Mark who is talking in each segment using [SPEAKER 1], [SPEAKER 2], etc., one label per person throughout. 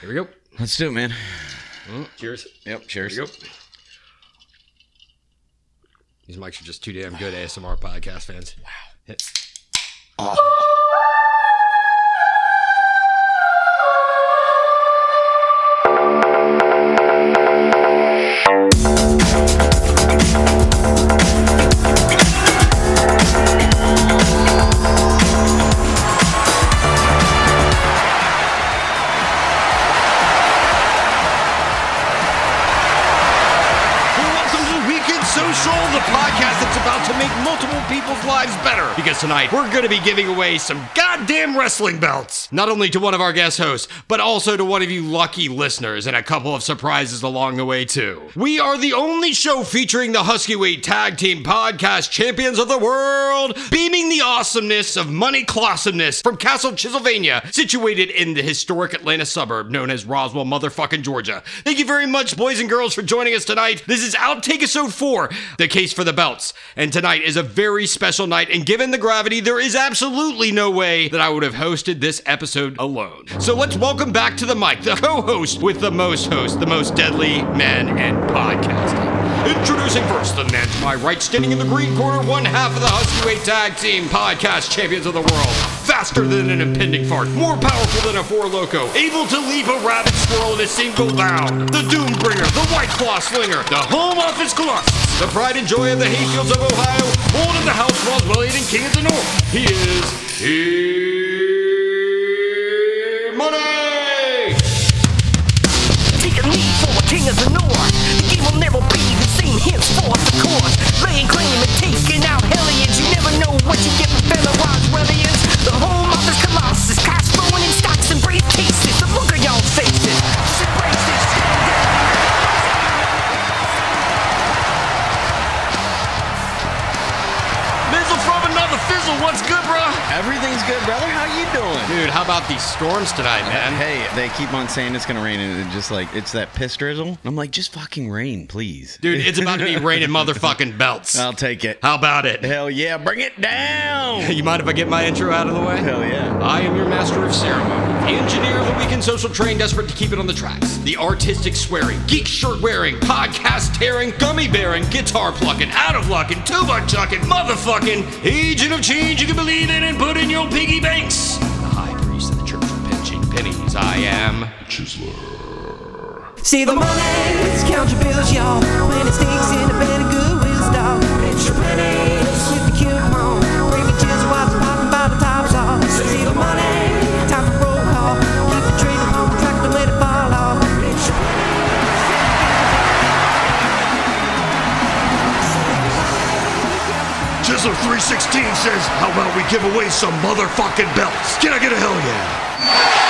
[SPEAKER 1] Here we go.
[SPEAKER 2] Let's do it, man.
[SPEAKER 1] Cheers.
[SPEAKER 2] Mm. Yep.
[SPEAKER 1] Here
[SPEAKER 2] Cheers.
[SPEAKER 1] we go. These mics are just too damn good, ASMR podcast fans. Wow.
[SPEAKER 3] Well, welcome to Weekend Social, the podcast that's about to make multiple people's lives better.
[SPEAKER 1] Because tonight we're going to be giving away some goddamn wrestling belts. Not only to one of our guest hosts, but also to one of you lucky listeners and a couple of surprises along the way, too. We are the only show featuring the Huskyweight Tag Team Podcast Champions of the World, beaming the awesomeness of money closesomeness from Castle Transylvania, situated in the historic Atlanta suburb known as Roswell, motherfucking Georgia. Thank you very much, boys and girls, for joining us tonight. This is Outtake Episode 4, The Case for the Belts. And tonight is a very special night, and given the gravity, there is absolutely no way that I would have hosted this episode alone. So let's welcome back to the mic the co host with the most host, the most deadly man in podcasting. Introducing first the man to my right, standing in the green corner, one half of the Huskyweight Tag Team Podcast Champions of the World. Faster than an impending fart, more powerful than a four loco, able to leap a rabbit squirrel in a single bound. The Doombringer, the White Claw Slinger, the Home Office Colossus, the pride and joy of the hayfields of Ohio, lord of the house Roswellian and king of the north. He is here, money.
[SPEAKER 4] Take a knee for a king of the north. The game will never be the same henceforth, of course. Laying claim and taking out hellions. You never know what you get from Belarus Relians. The home of the colossus. Cops throwing in stocks and briefcases. The look of y'all faces. Just embrace it, stand up.
[SPEAKER 3] Mizzle from another fizzle. What's good, bruh?
[SPEAKER 2] Everything's good, brother. How you doing?
[SPEAKER 1] Dude, how about these storms tonight, man?
[SPEAKER 2] Uh, Hey, they keep on saying it's gonna rain, and it just like it's that piss drizzle. I'm like, just fucking rain, please.
[SPEAKER 1] Dude, it's about to be raining motherfucking belts.
[SPEAKER 2] I'll take it.
[SPEAKER 1] How about it?
[SPEAKER 2] Hell yeah, bring it down.
[SPEAKER 1] You mind if I get my intro out of the way?
[SPEAKER 2] Hell yeah.
[SPEAKER 1] I am your master of ceremony, the engineer of the weekend social train desperate to keep it on the tracks, the artistic swearing, geek shirt wearing, podcast tearing, gummy bearing, guitar plucking, out of luckin', tuba chucking, motherfucking, agent of change you can believe in and put in your piggy banks. The high priest of the church of pinching pennies, I am.
[SPEAKER 4] See the monies, count your bills, y'all. Plenty stinks in the bed of Goodwill store. Pinch your pennies with the coupon. Gravy chips while it's popping by the tops off. See the money, time for roll call. Keep the train on track, don't let it fall off. Pinch your
[SPEAKER 3] Jizzle 316 says, how about we give away some motherfucking belts? Can I get a hell yeah?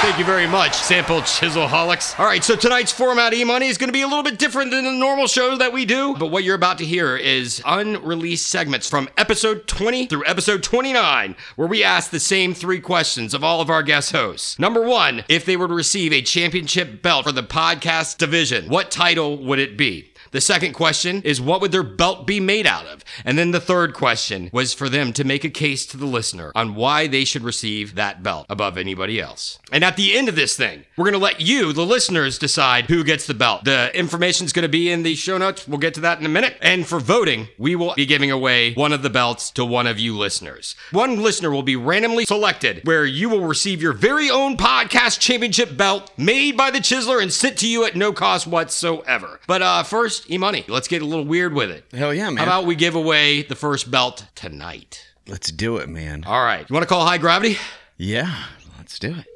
[SPEAKER 1] Thank you very much, Sample Chisel Holics. All right, so tonight's format, E Money, is going to be a little bit different than the normal shows that we do. But what you're about to hear is unreleased segments from episode 20 through episode 29, where we ask the same three questions of all of our guest hosts. Number one, if they were to receive a championship belt for the podcast division, what title would it be? The second question is what would their belt be made out of? And then the third question was for them to make a case to the listener on why they should receive that belt above anybody else. And at the end of this thing, we're going to let you, the listeners, decide who gets the belt. The information is going to be in the show notes. We'll get to that in a minute. And for voting, we will be giving away one of the belts to one of you listeners. One listener will be randomly selected where you will receive your very own podcast championship belt made by the Chiseler and sent to you at no cost whatsoever. But uh first, e-money. Let's get a little weird with it.
[SPEAKER 2] Hell yeah,
[SPEAKER 1] How
[SPEAKER 2] man.
[SPEAKER 1] about we give away the first belt tonight?
[SPEAKER 2] Let's do it, man.
[SPEAKER 1] All right. You want to call high gravity?
[SPEAKER 2] Yeah, let's do it.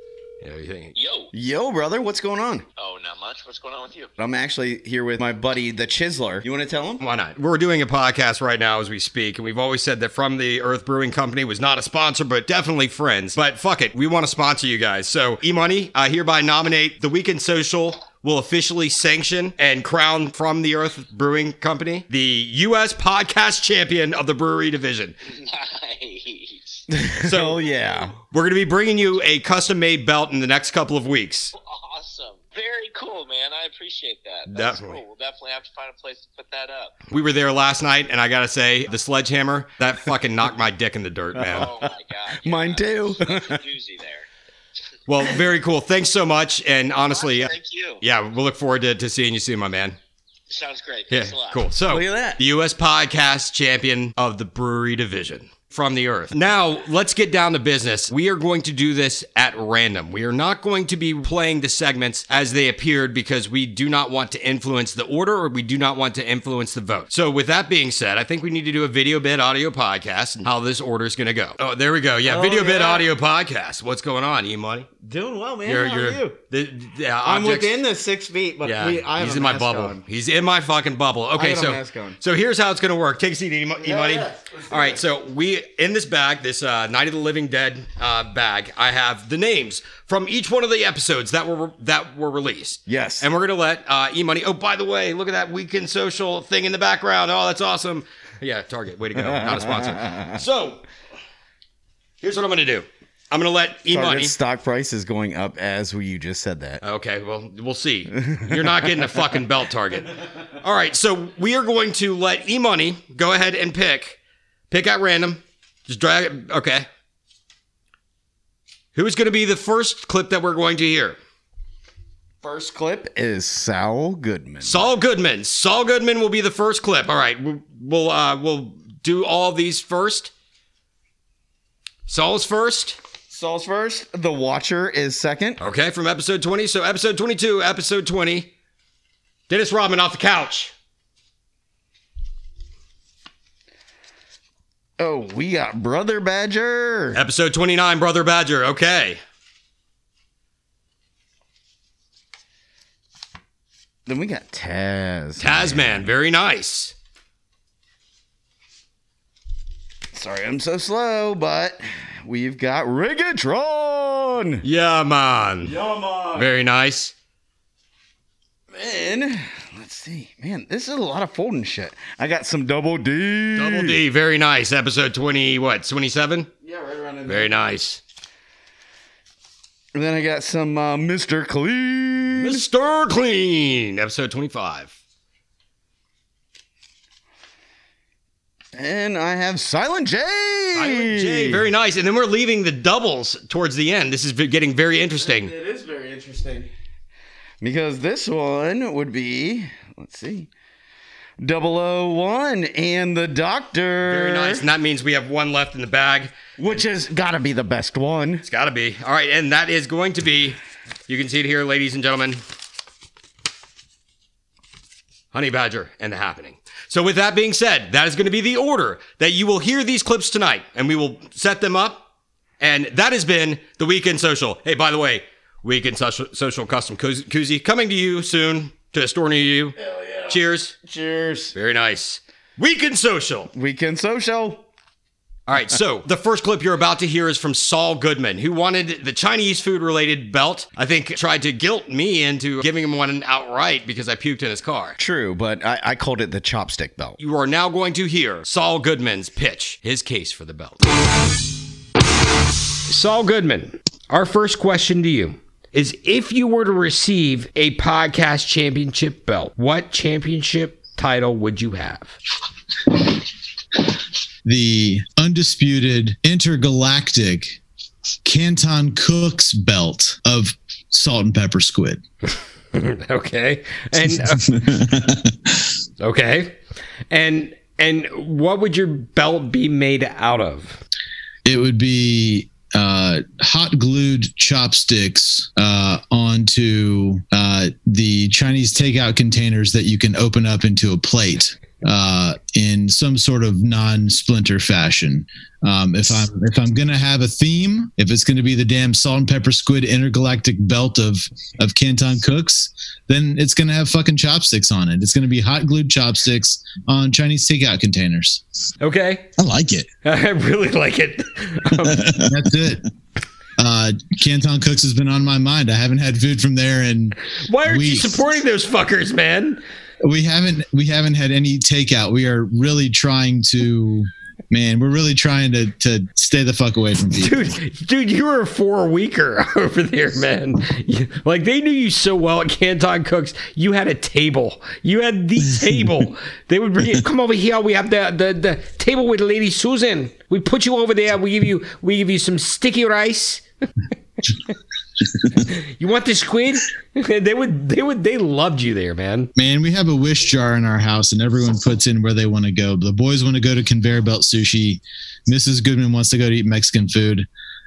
[SPEAKER 1] You know, you think-
[SPEAKER 5] Yo.
[SPEAKER 2] Yo, brother, what's going on?
[SPEAKER 5] Oh, not much. What's going on with you?
[SPEAKER 2] I'm actually here with my buddy, the Chiseler. You want to tell him?
[SPEAKER 1] Why not? We're doing a podcast right now as we speak, and we've always said that From the Earth Brewing Company was not a sponsor, but definitely friends. But fuck it, we want to sponsor you guys. So, E Money, I hereby nominate The Weekend Social. Will officially sanction and crown From the Earth Brewing Company the U.S. podcast champion of the brewery division.
[SPEAKER 5] Nice.
[SPEAKER 1] So,
[SPEAKER 2] Hell yeah.
[SPEAKER 1] we're going to be bringing you a custom made belt in the next couple of weeks.
[SPEAKER 5] awesome. Very cool, man. I appreciate that. That's
[SPEAKER 1] Definitely.
[SPEAKER 5] cool. We'll definitely have to find a place to put that up.
[SPEAKER 1] We were there last night, and I gotta say, the sledgehammer that fucking knocked my dick in the dirt, man.
[SPEAKER 5] Oh my god. yeah.
[SPEAKER 2] Mine too.
[SPEAKER 5] That's a doozy there.
[SPEAKER 1] Well, very cool. Thanks so much. And honestly,
[SPEAKER 5] Thank you.
[SPEAKER 1] yeah, we'll look forward to, to seeing you soon, my man.
[SPEAKER 5] Sounds great.
[SPEAKER 1] Yeah,
[SPEAKER 5] Thanks a lot.
[SPEAKER 1] cool. So,
[SPEAKER 2] Look at that.
[SPEAKER 1] the U.S. podcast champion of the brewery division from the earth. Now, let's get down to business. We are going to do this at random. We are not going to be playing the segments as they appeared because we do not want to influence the order or we do not want to influence the vote. So, with that being said, I think we need to do a video bit audio podcast and how this order is going to go. Oh, there we go. Yeah,
[SPEAKER 6] Oh,
[SPEAKER 1] video bit
[SPEAKER 6] yeah.
[SPEAKER 1] audio podcast. What's going on, E Money?
[SPEAKER 6] Doing well, man.
[SPEAKER 1] You're,
[SPEAKER 6] How
[SPEAKER 1] you're,
[SPEAKER 6] are you?
[SPEAKER 1] The, the, uh,
[SPEAKER 6] I'm
[SPEAKER 1] objects-
[SPEAKER 6] within the six feet, but
[SPEAKER 1] yeah,
[SPEAKER 6] we, I have
[SPEAKER 1] he's
[SPEAKER 6] a
[SPEAKER 1] in my
[SPEAKER 6] mask
[SPEAKER 1] bubble.
[SPEAKER 6] on.
[SPEAKER 1] He's in my fucking bubble. Okay,
[SPEAKER 6] got a
[SPEAKER 1] so
[SPEAKER 6] mask on.
[SPEAKER 1] so here's how it's gonna work. Take a seat, E Money. All right, so we in this bag, this uh, Night of the Living Dead uh, bag, I have the names from each one of the episodes that were that were released.
[SPEAKER 2] Yes.
[SPEAKER 1] and we're gonna let uh, E Money. Oh, by the way, look at that weekend social thing in the background. Oh, that's awesome. Yeah, Target, way to go. Not a sponsor. So here's what I'm gonna do. I'm gonna let E Money.
[SPEAKER 2] Target stock price is going up as we you just said that.
[SPEAKER 1] Okay, well, we'll see. You're not getting a fucking belt target. All right, so we are going to let E Money go ahead and pick, pick at random. Just drag it. Okay. Who is going to be the first clip that we're going to hear?
[SPEAKER 2] First clip is Saul Goodman.
[SPEAKER 1] Saul Goodman. Saul Goodman will be the first clip. All right, we'll we'll, uh, we'll do all these first. Saul's first.
[SPEAKER 2] Saul's first. The Watcher is second.
[SPEAKER 1] Okay, from episode 20. So episode 22, episode 20. Dennis Rodman off the couch.
[SPEAKER 2] Oh, we got Brother Badger.
[SPEAKER 1] Episode 29, Brother Badger. Okay.
[SPEAKER 2] Then we got Taz.
[SPEAKER 1] Tasman. Very nice.
[SPEAKER 2] Sorry, I'm so slow, but we've got Rigatron.
[SPEAKER 1] Yeah, man. Very nice.
[SPEAKER 2] Then let's see, man, this is a lot of folding shit. I got some double D.
[SPEAKER 1] Double D. Very nice. Episode 20, what, 27?
[SPEAKER 2] Yeah, right around in there.
[SPEAKER 1] Very nice.
[SPEAKER 2] And then I got some uh, Mr. Clean.
[SPEAKER 1] Mr. Clean. Episode 25.
[SPEAKER 2] And I have Silent J.
[SPEAKER 1] Island J. Very nice. And then we're leaving the doubles towards the end. This is getting very interesting.
[SPEAKER 6] It is very interesting.
[SPEAKER 2] Because this one would be, let's see, 001 and the Doctor.
[SPEAKER 1] Very nice. And that means we have one left in the bag.
[SPEAKER 2] Uh-huh. Which has got to be the best one.
[SPEAKER 1] It's got to be. All right. And that is going to be, you can see it here, ladies and gentlemen. Honey Badger and the Happening. So, with that being said, that is going to be the order that you will hear these clips tonight, and we will set them up. And that has been the Weekend Social. Hey, by the way, Weekend Social, Social Custom Koozie koozie coming to you soon to a store near you. Hell yeah. Cheers.
[SPEAKER 2] Cheers.
[SPEAKER 1] Very nice. Weekend Social.
[SPEAKER 2] Weekend social.
[SPEAKER 1] All right, so the first clip you're about to hear is from Saul Goodman, who wanted the Chinese food related belt. I think tried to guilt me into giving him one outright because I puked in his car.
[SPEAKER 2] True, but I, I called it the chopstick belt.
[SPEAKER 1] You are now going to hear Saul Goodman's pitch, his case for the belt. Saul Goodman, our first question to you is if you were to receive a podcast championship belt, what championship title would you have?
[SPEAKER 7] the undisputed intergalactic Canton Cook's belt of salt and pepper squid.
[SPEAKER 1] Okay. And uh, Okay. And and what would your belt be made out of?
[SPEAKER 7] it would be uh, hot glued chopsticks uh, onto uh, the Chinese takeout containers that you can open up into a plate uh, in some sort of non-splinter fashion. Um, if I'm if I'm gonna have a theme, if it's gonna be the damn salt and pepper squid intergalactic belt of of Canton cooks, then it's gonna have fucking chopsticks on it. It's gonna be hot glued chopsticks on Chinese takeout containers.
[SPEAKER 1] Okay.
[SPEAKER 7] I like it.
[SPEAKER 1] I really like it. Um,
[SPEAKER 7] That's it. Uh, Canton Cooks has been on my mind. I haven't had food from there, and
[SPEAKER 1] Why aren't you
[SPEAKER 7] Weeks.
[SPEAKER 1] supporting those fuckers, man?
[SPEAKER 7] we haven't we haven't had any takeout. We are really trying to, man, we're really trying to to stay the fuck away from people.
[SPEAKER 1] Dude, dude, you were a four weaker over there, man. You- Like they knew you so well at Canton Cooks. You had a table. You had the table. they would bring it. Come over here. We have the, the the table with Lady Susan. We put you over there. We give you we give you some sticky rice. You want this squid? they would. They would. They loved you there, man.
[SPEAKER 7] Man, we have a wish jar in our house, and everyone puts in where they want to go. The boys want to go to conveyor belt sushi. Mrs. Goodman wants to go to eat Mexican food.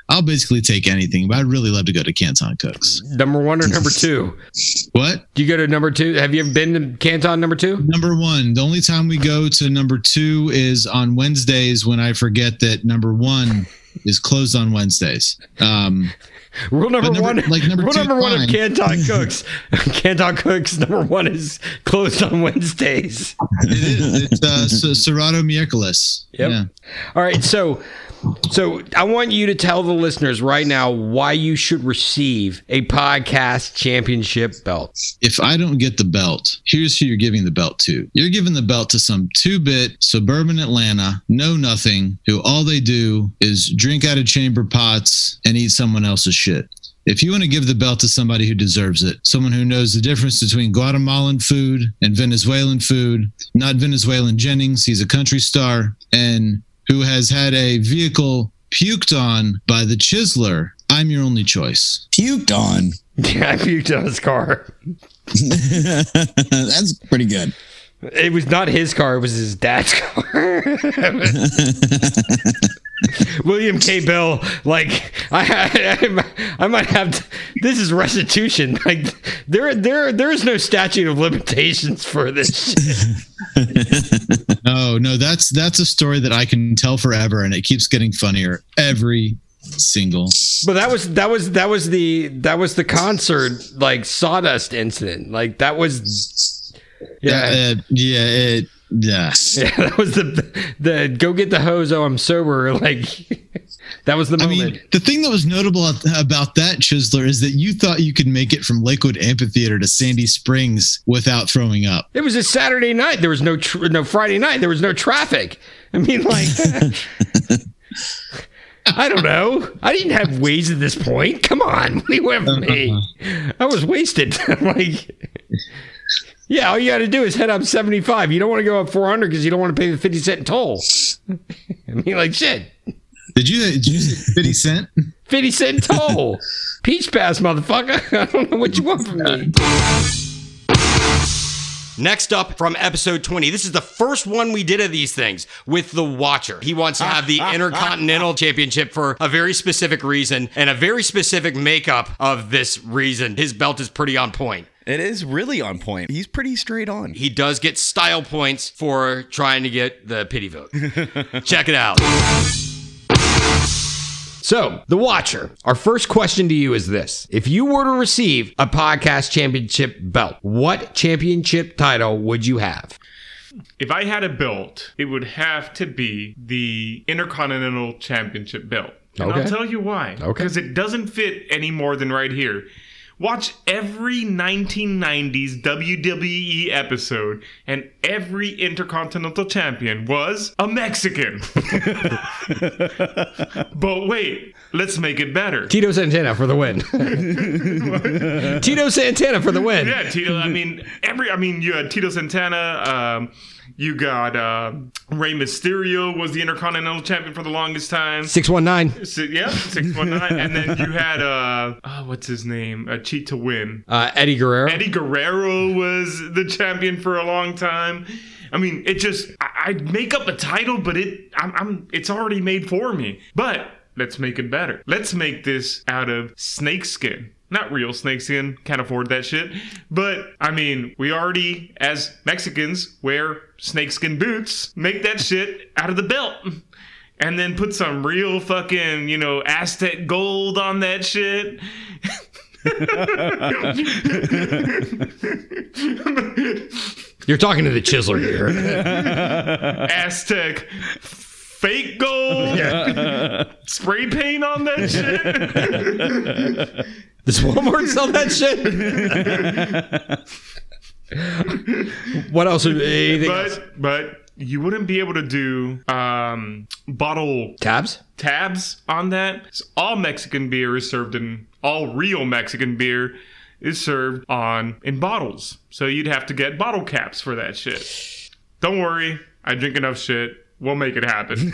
[SPEAKER 7] I'll basically take anything, but I'd really love to go to Canton Cooks.
[SPEAKER 1] Number one or number two?
[SPEAKER 7] What?
[SPEAKER 1] Do you go to number two? Have you ever been to Canton number two?
[SPEAKER 7] Number one. The only time we go to number two is on Wednesdays when I forget that number one is closed on Wednesdays. Um,
[SPEAKER 1] Rule number,
[SPEAKER 7] number-
[SPEAKER 1] one.
[SPEAKER 7] like, number
[SPEAKER 1] rule
[SPEAKER 7] two's
[SPEAKER 1] number one of
[SPEAKER 7] fine.
[SPEAKER 1] Canton cooks. Canton cooks number one is closed on Wednesdays.
[SPEAKER 7] it is. It's uh, Ser- Cerrado Miércoles.
[SPEAKER 1] Yep. All right, so so I want you to tell the listeners right now why you should receive a podcast championship belt.
[SPEAKER 7] if I don't get the belt, here's who you're giving the belt to. You're giving the belt to some two bit suburban Atlanta, know nothing, who all they do is drink out of chamber pots and eat someone else's shit. If you want to give the belt to somebody who deserves it, someone who knows the difference between Guatemalan food and Venezuelan food, not Venezuelan Jennings, he's a country star, and who has had a vehicle puked on by the chiseler, I'm your only choice.
[SPEAKER 8] Puked on.
[SPEAKER 1] Yeah, I puked on his car.
[SPEAKER 8] That's pretty good.
[SPEAKER 1] It was not his car; it was his dad's car. William K. Bell, like I, I, I might have. To, this is restitution. Like there, there, there is no statute of limitations for this. shit.
[SPEAKER 7] No, no, that's that's a story that I can tell forever, and it keeps getting funnier every single.
[SPEAKER 1] But that was that was that was the that was the concert like sawdust incident. Like that was yeah.
[SPEAKER 7] uh, yeah, it, yeah.
[SPEAKER 1] Yeah, that was the the go get the hose. Oh, I'm sober. Like that was the
[SPEAKER 7] I
[SPEAKER 1] moment.
[SPEAKER 7] mean, the thing that was notable at- about that Chisler is that you thought you could make it from Lakewood Amphitheater to Sandy Springs without throwing up.
[SPEAKER 1] it was a Saturday night. There was no tr- no Friday night. There was no traffic. I mean, like I don't know. I didn't have Waze at this point. Come on, what do you have from me? I was wasted. I'm like. Yeah, all you got to do is head up 75. You don't want to go up 400 because you don't want to pay the 50 cent toll. I mean, like, shit.
[SPEAKER 7] Did you? Did you say Fifty Cent?
[SPEAKER 1] 50 cent toll. Peach pass, motherfucker. I don't know what you want from me.
[SPEAKER 3] Next up from episode 20, this is the first one we did of these things with The Watcher.
[SPEAKER 1] He wants to have the Intercontinental Championship for a very specific reason and a very specific makeup of this reason. His belt is pretty on point.
[SPEAKER 2] It is really on point. He's pretty straight on.
[SPEAKER 1] He does get style points for trying to get the pity vote. Check it out. So, The Watcher, our first question to you is this. If you were to receive a podcast championship belt, what championship title would you have?
[SPEAKER 9] If I had a belt, it would have to be the Intercontinental Championship belt. And I'll
[SPEAKER 1] Okay.
[SPEAKER 9] tell you why.
[SPEAKER 1] Okay.
[SPEAKER 9] Because it doesn't fit any more than right here. Watch every 1990s WWE E episode, and every Intercontinental Champion was a Mexican. but wait, let's make it better.
[SPEAKER 1] Tito Santana for the win. Tito Santana for the win.
[SPEAKER 9] Yeah, Tito. I mean, every. I mean, you had Tito Santana. Um, you got uh, Rey Mysterio was the Intercontinental Champion for the longest time.
[SPEAKER 1] 619.
[SPEAKER 9] Si- yeah, six one nine. And then you had uh, oh, what's his name? Uh, Cheat to win.
[SPEAKER 1] Uh, Eddie Guerrero.
[SPEAKER 9] Eddie Guerrero was the champion for a long time. I mean, it just I, I'd make up a title, but it I'm, I'm it's already made for me. But let's make it better. Let's make this out of snakeskin. Not real snakeskin, can't afford that shit. But I mean, we already as Mexicans wear snakeskin boots. Make that shit out of the belt. And then put some real fucking, you know, Aztec gold on that shit.
[SPEAKER 1] You're talking to the chiseler here.
[SPEAKER 9] Aztec fake gold spray paint on that shit.
[SPEAKER 1] Does Walmart sell that shit? what else? would- Anything else?
[SPEAKER 9] but but you wouldn't be able to do um, bottle
[SPEAKER 1] Tabs?
[SPEAKER 9] tabs on that. So all Mexican beer is served in all real Mexican beer is served on in bottles. So you'd have to get bottle caps for that shit. Don't worry, I drink enough shit. We'll make it happen.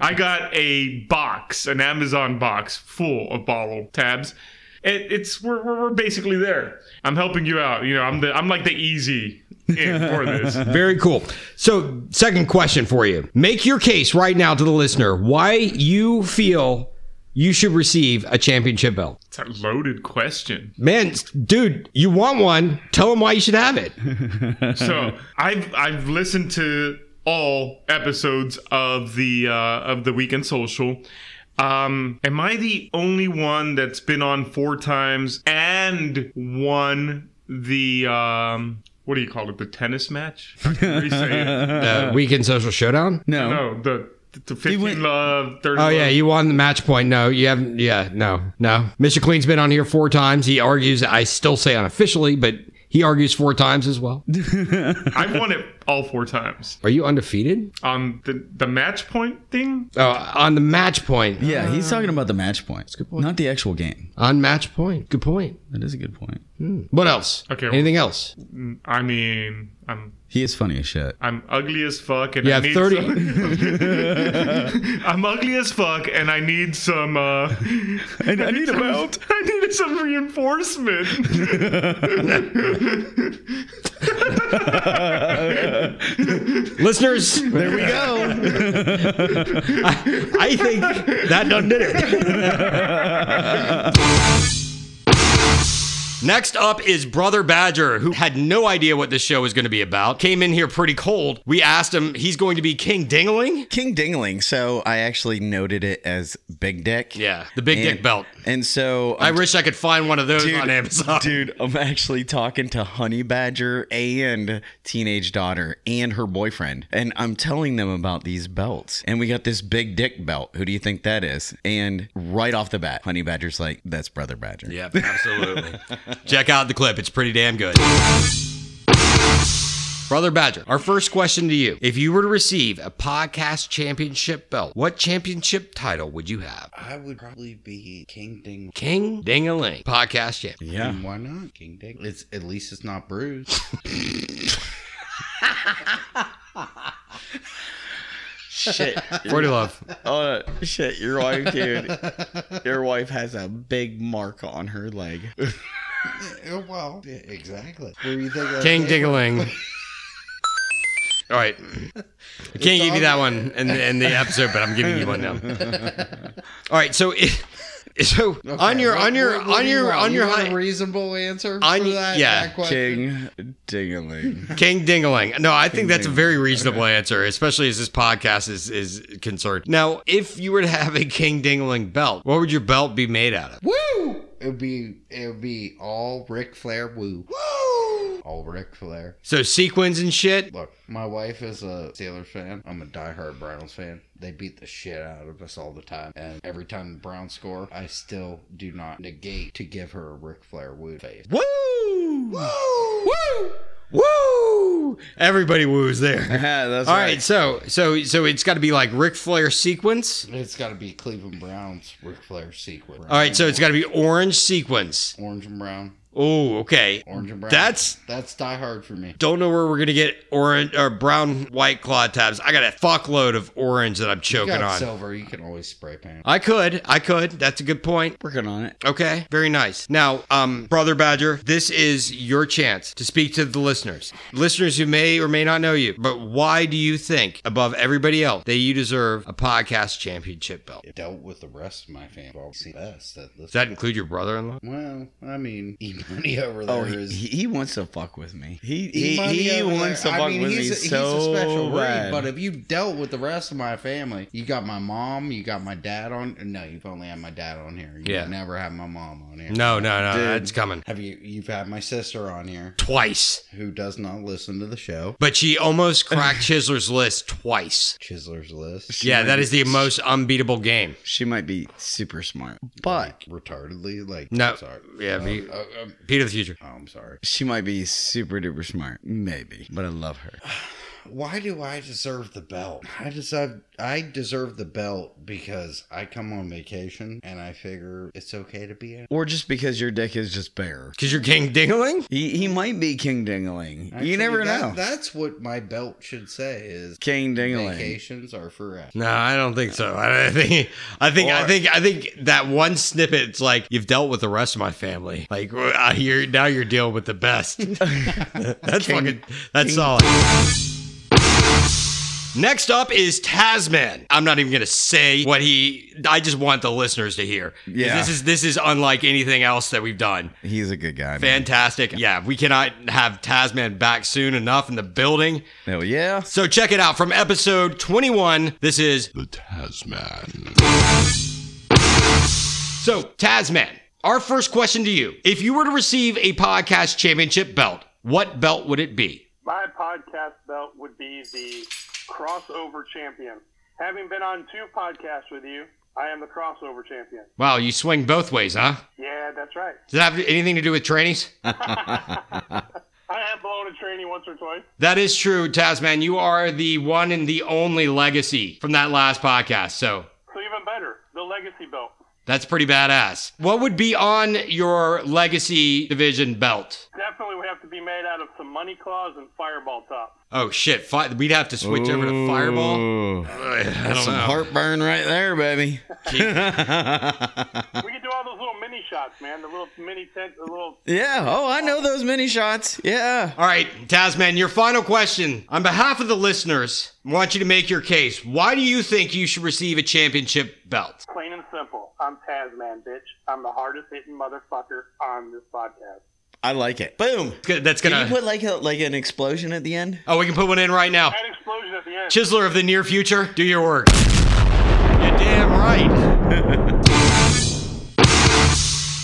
[SPEAKER 9] I got a box, an Amazon box full of bottle tabs. It, it's we're, we're we're basically there. I'm helping you out. You know, I'm the I'm like the easy in for this.
[SPEAKER 1] Very cool. So, second question for you. Make your case right now to the listener why you feel you should receive a championship belt.
[SPEAKER 9] It's a loaded question.
[SPEAKER 1] Man, dude, you want one. Tell them why you should have it.
[SPEAKER 9] So I've I've listened to all episodes of the uh, of the weekend social. Um, am I the only one that's been on four times and won the um, what do you call it? The tennis match? I can really say it.
[SPEAKER 1] Uh, weekend Social Showdown?
[SPEAKER 2] No.
[SPEAKER 9] No, the the fifteen
[SPEAKER 2] went-
[SPEAKER 9] love thirty.
[SPEAKER 1] Oh, yeah,
[SPEAKER 9] love.
[SPEAKER 1] you won the match point. No, you haven't. Yeah, no, no. Mr. Clean's been on here four times. He argues, I still say unofficially, but he argues four times as well.
[SPEAKER 9] I've won it all four times
[SPEAKER 1] Are you undefeated?
[SPEAKER 9] on the the match point thing.
[SPEAKER 1] Oh, on the match point.
[SPEAKER 2] Yeah, he's talking about the match point. Not the actual game.
[SPEAKER 1] On match point. Good point. Hmm.
[SPEAKER 2] That is a good point.
[SPEAKER 1] What else?
[SPEAKER 9] Okay.
[SPEAKER 1] Anything else?
[SPEAKER 9] I mean, I'm
[SPEAKER 2] He is funny as shit.
[SPEAKER 9] I'm ugly as fuck, and
[SPEAKER 1] Yeah,
[SPEAKER 9] I need
[SPEAKER 1] 30
[SPEAKER 9] some- I'm ugly as fuck, and I need some. Uh, I,
[SPEAKER 2] I need a
[SPEAKER 9] some-
[SPEAKER 2] belt.
[SPEAKER 9] I need some reinforcement.
[SPEAKER 1] Listeners,
[SPEAKER 2] There we go.
[SPEAKER 1] I think that done did it. Next up is Brother Badger, who had no idea what this show was going to be about. Came in here pretty cold. We asked him, he's going to be King Dingling?
[SPEAKER 2] King Dingling. So I actually noted it as Big Dick.
[SPEAKER 1] Yeah, the big dick
[SPEAKER 2] And-
[SPEAKER 1] belt.
[SPEAKER 2] And so
[SPEAKER 1] I
[SPEAKER 2] I'm
[SPEAKER 1] wish I could find one of those
[SPEAKER 2] Dude,
[SPEAKER 1] on Amazon.
[SPEAKER 2] Dude, I'm actually talking to Honey Badger and teenage daughter and her boyfriend. And I'm telling them about these belts. And we got this big dick belt. Who do you think that is? And right off the bat, Honey Badger's like, that's Brother Badger.
[SPEAKER 1] Yep, absolutely. Check out the clip, it's pretty damn good. Brother Badger, our first question to you. If you were to receive a podcast championship belt, what championship title would you have?
[SPEAKER 8] I would probably be King Ding.
[SPEAKER 1] King Dingaling Podcast Champion.
[SPEAKER 2] Yeah.
[SPEAKER 8] Why not King Ding? It's at least it's not Bruce.
[SPEAKER 2] Shit.
[SPEAKER 1] Forty love.
[SPEAKER 2] Oh, shit. Your wife, dude. Your wife has a big mark on her leg.
[SPEAKER 8] Yeah, Oh, well, yeah, exactly. Where you think I
[SPEAKER 1] King
[SPEAKER 8] came
[SPEAKER 1] Dingaling. All right. I can't give you that one in the, in the episode, but I'm giving you one now. All right. So, it, so
[SPEAKER 8] from?
[SPEAKER 1] on
[SPEAKER 8] Okay,
[SPEAKER 1] your
[SPEAKER 8] what-
[SPEAKER 1] on your
[SPEAKER 8] what- what
[SPEAKER 1] on
[SPEAKER 8] do you
[SPEAKER 1] your
[SPEAKER 8] want?
[SPEAKER 1] on
[SPEAKER 8] You
[SPEAKER 1] your
[SPEAKER 8] want a
[SPEAKER 1] high,
[SPEAKER 8] reasonable answer
[SPEAKER 1] I
[SPEAKER 8] for
[SPEAKER 1] need-
[SPEAKER 8] that,
[SPEAKER 1] yeah.
[SPEAKER 8] that question?
[SPEAKER 2] King Dingling.
[SPEAKER 1] King Dingaling. No, I think that's a very reasonable answer, especially as this podcast is is concerned. Now, if you were to have a King Dingaling belt, what would your belt be made out of?
[SPEAKER 8] Woo! It would be it would be all Ric Flair woo. Woo! All Ric Flair.
[SPEAKER 1] So sequins and shit.
[SPEAKER 8] Look, my wife is a Steelers fan. I'm a diehard Browns fan. They beat the shit out of us all the time. And every time the Browns score, I still do not negate to give her a Ric Flair woo face.
[SPEAKER 1] Woo! Woo! Woo! Woo! Everybody woos there.
[SPEAKER 2] that's
[SPEAKER 1] All right, so so so it's got to be like Ric Flair sequence.
[SPEAKER 8] It's got to be Cleveland Browns Ric Flair sequence.
[SPEAKER 1] All right, so it's got to be orange sequence.
[SPEAKER 8] Orange and brown.
[SPEAKER 1] Oh, okay.
[SPEAKER 8] Orange and brown.
[SPEAKER 1] That's-
[SPEAKER 8] that's diehard for me.
[SPEAKER 1] Don't know where we're gonna get orange or brown white claw tabs. I got a fuckload of orange that I'm
[SPEAKER 8] You
[SPEAKER 1] choking
[SPEAKER 8] got
[SPEAKER 1] on.
[SPEAKER 8] silver. You can always spray paint.
[SPEAKER 1] I could, I could. That's a good point.
[SPEAKER 2] Working on it.
[SPEAKER 1] Okay, very nice. Now, um, Brother Badger, this is your chance to speak to the listeners. Listeners who may or may not know you, but why do you think, above everybody else, that you deserve a podcast championship belt? Does
[SPEAKER 8] Dealt with the rest of my family. Well, see, best at this.
[SPEAKER 1] that include your brother in law?
[SPEAKER 8] well, I mean, E Money over
[SPEAKER 2] Oh,
[SPEAKER 8] there is.
[SPEAKER 2] he, he he wants to fuck with me. He he,
[SPEAKER 8] E-Money
[SPEAKER 2] he
[SPEAKER 8] over
[SPEAKER 2] wants
[SPEAKER 8] there.
[SPEAKER 2] to fuck with me so
[SPEAKER 8] breed,
[SPEAKER 2] bad.
[SPEAKER 8] but if you dealt with the rest of my family, you got my mom, you got my dad on. No, you've only had my dad on here. You
[SPEAKER 1] Yeah.
[SPEAKER 8] never had my mom on here.
[SPEAKER 1] No, no, no,
[SPEAKER 2] Dude.
[SPEAKER 1] that's coming.
[SPEAKER 8] Have you? You've had my sister on here,
[SPEAKER 1] Twice.
[SPEAKER 8] who does not listen to the show.
[SPEAKER 1] But she almost cracked Chisler's list twice.
[SPEAKER 8] Chiseler's list.
[SPEAKER 1] Yeah, that is the most unbeatable game.
[SPEAKER 2] she might be super smart,
[SPEAKER 8] Like,
[SPEAKER 2] but
[SPEAKER 8] retardedly, like
[SPEAKER 1] No.
[SPEAKER 8] I'm sorry.
[SPEAKER 1] Yeah, be-
[SPEAKER 8] Oh, oh, um,
[SPEAKER 1] Pete of the future.
[SPEAKER 8] oh, I'm sorry.
[SPEAKER 2] she might be super duper smart. Maybe, but I love her.
[SPEAKER 8] why do I deserve the belt? I deserve I deserve the belt because I come on vacation and I figure it's okay to be in.
[SPEAKER 2] Or just because your dick is just bare.
[SPEAKER 1] Because you're King Dingling?
[SPEAKER 2] He, he might be King Dingling.
[SPEAKER 8] Actually,
[SPEAKER 2] you never
[SPEAKER 8] that-
[SPEAKER 2] know.
[SPEAKER 8] That's what my belt should say is
[SPEAKER 2] King Dingling.
[SPEAKER 8] vacations are forever.
[SPEAKER 1] No, I don't think so. I I think I think I
[SPEAKER 8] Or-
[SPEAKER 1] think I think that one snippet's like you've dealt with the rest of my family. Like uh, you're now you're dealing with the best. that's fucking that's solid. Next up is Tasman. I'm not even gonna say what he. I just want the listeners to hear. 'Cause
[SPEAKER 2] Yeah.
[SPEAKER 1] this is this is unlike anything else that we've done.
[SPEAKER 2] He's a good guy. Man.
[SPEAKER 1] Fantastic. Yeah, we cannot have Tasman back soon enough in the building.
[SPEAKER 2] Hell yeah.
[SPEAKER 1] So check it out from episode 21. This is The Tasman. So, Tasman, our first question to you. If you were to receive a podcast championship belt, what belt would it be?
[SPEAKER 10] my podcast belt would be the crossover champion. Having been on two podcasts with you, I am the crossover champion.
[SPEAKER 1] Wow, you swing both ways, huh?
[SPEAKER 10] Yeah, that's right.
[SPEAKER 1] Does that have anything to do with trainees?
[SPEAKER 10] I have blown a trainee once or twice.
[SPEAKER 1] That is true, Tasman. You are the one and the only legacy from that last podcast. So,
[SPEAKER 10] So even better, the legacy belt.
[SPEAKER 1] that's pretty badass. What would be on your legacy division belt?
[SPEAKER 10] Definitely would have to be made out of some money claws and fireball top.
[SPEAKER 1] Oh shit! Fi- we'd have to switch over to Fireball.
[SPEAKER 2] Ooh.
[SPEAKER 1] Ugh, I don't
[SPEAKER 2] That's some
[SPEAKER 1] know.
[SPEAKER 2] heartburn right there, baby.
[SPEAKER 10] We could do all those little mini shots, man. The little mini tent, the little.
[SPEAKER 2] Yeah. Oh, I know those mini shots. Yeah.
[SPEAKER 1] All right, Tasman, your final question. On behalf of the listeners, I want you to make your case. Why do you think you should receive a championship belt?
[SPEAKER 10] Plain and simple. I'm Tasman, bitch. I'm the hardest hitting motherfucker on this podcast.
[SPEAKER 2] I like it. Boom.
[SPEAKER 1] It's go- That's
[SPEAKER 2] Can
[SPEAKER 1] gonna.
[SPEAKER 2] you put like a, like an explosion at the end?
[SPEAKER 1] oh, we can put one in right now.
[SPEAKER 10] That explosion at the end.
[SPEAKER 1] Chisler of the near future, do your work. You're damn right.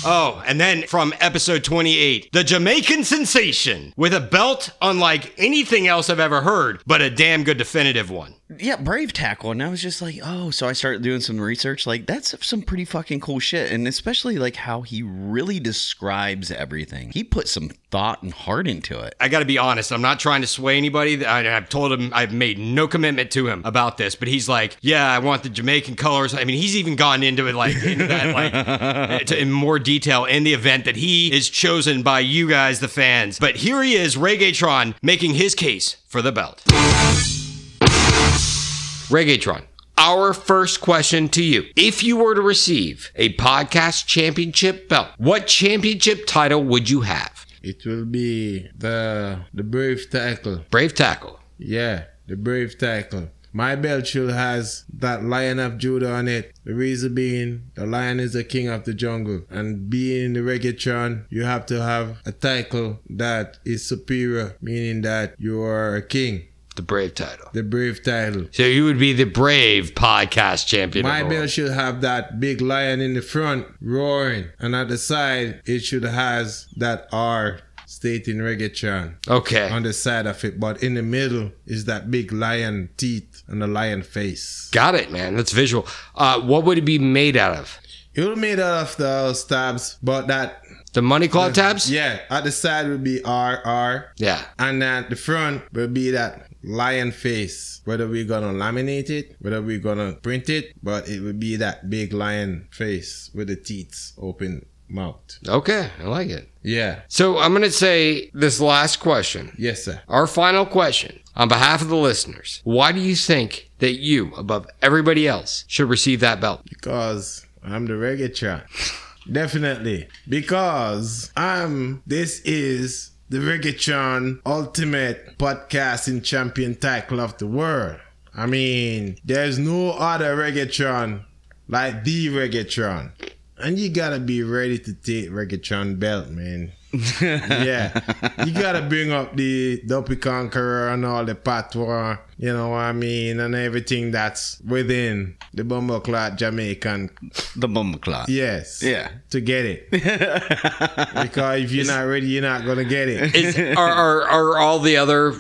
[SPEAKER 1] Oh, and then from episode 28, the Jamaican sensation with a belt unlike anything else I've ever heard, but a damn good definitive one.
[SPEAKER 2] Yeah, brave tackle. And I was just like, oh. So I started doing some research. Like that's some pretty fucking cool shit. And especially like how he really describes everything. He put some thought and heart into it.
[SPEAKER 1] I got to be honest. I'm not trying to sway anybody. I, I've told him I've made no commitment to him about this, but he's like, "Yeah, I want the Jamaican colors." I mean, he's even gone into it like, into that, like uh, to- in more detail in the event that he is chosen by you guys, the fans. But here he is, Reggaetron, making his case for the belt. Reggaetron. Our first question to you. If you were to receive a podcast championship belt, what championship title would you have?
[SPEAKER 3] It will be the the brave tackle.
[SPEAKER 1] Brave tackle.
[SPEAKER 3] Yeah, the brave tackle. My belt shield has that lion of Judah on it. The reason being, the lion is the king of the jungle. And being the reggaeton, you have to have a title that is superior, meaning that you are a king.
[SPEAKER 1] The brave title.
[SPEAKER 3] The brave title.
[SPEAKER 1] So you would be the brave podcast champion.
[SPEAKER 3] My
[SPEAKER 1] of the
[SPEAKER 3] belt
[SPEAKER 1] world.
[SPEAKER 3] should have that big lion in the front roaring, and at the side it should has that R stating reggaeton.
[SPEAKER 1] Okay.
[SPEAKER 3] on the side of it, but in the middle is that big lion teeth and the lion face.
[SPEAKER 1] Got it, man. That's visual. Uh, what would it be made out of?
[SPEAKER 3] It'll be made out of the stabs, but that
[SPEAKER 1] The money claw tabs?
[SPEAKER 3] yeah, at the side will be RR,
[SPEAKER 1] Yeah.
[SPEAKER 3] and at the front will be that lion face. Whether we're gonna laminate it, whether we're gonna print it, but it will be that big lion face with the teeth open mouth.
[SPEAKER 1] Okay. I like it.
[SPEAKER 3] Yeah,
[SPEAKER 1] So I'm going to say this last question,
[SPEAKER 3] yes, sir.
[SPEAKER 1] our final question, on behalf of the listeners. Why do you think that you, above everybody else, should receive that belt?
[SPEAKER 3] Because I'm the reggae track. Definitely. Because I'm this is the Reggaeton Ultimate Podcasting Champion Tackle of the World. I mean, there's no other reggaeton like the reggaeton. And you gotta be ready to take reggaeton belt, man. yeah. You gotta bring up the Dopey Conqueror and all the patois, you know what I mean, and everything that's within the Bumbleclot Jamaican.
[SPEAKER 2] The bumble clock.
[SPEAKER 3] Yes.
[SPEAKER 2] Yeah.
[SPEAKER 3] To get it. because if you're not ready, you're not gonna get it.
[SPEAKER 1] Is, are, are, are all the other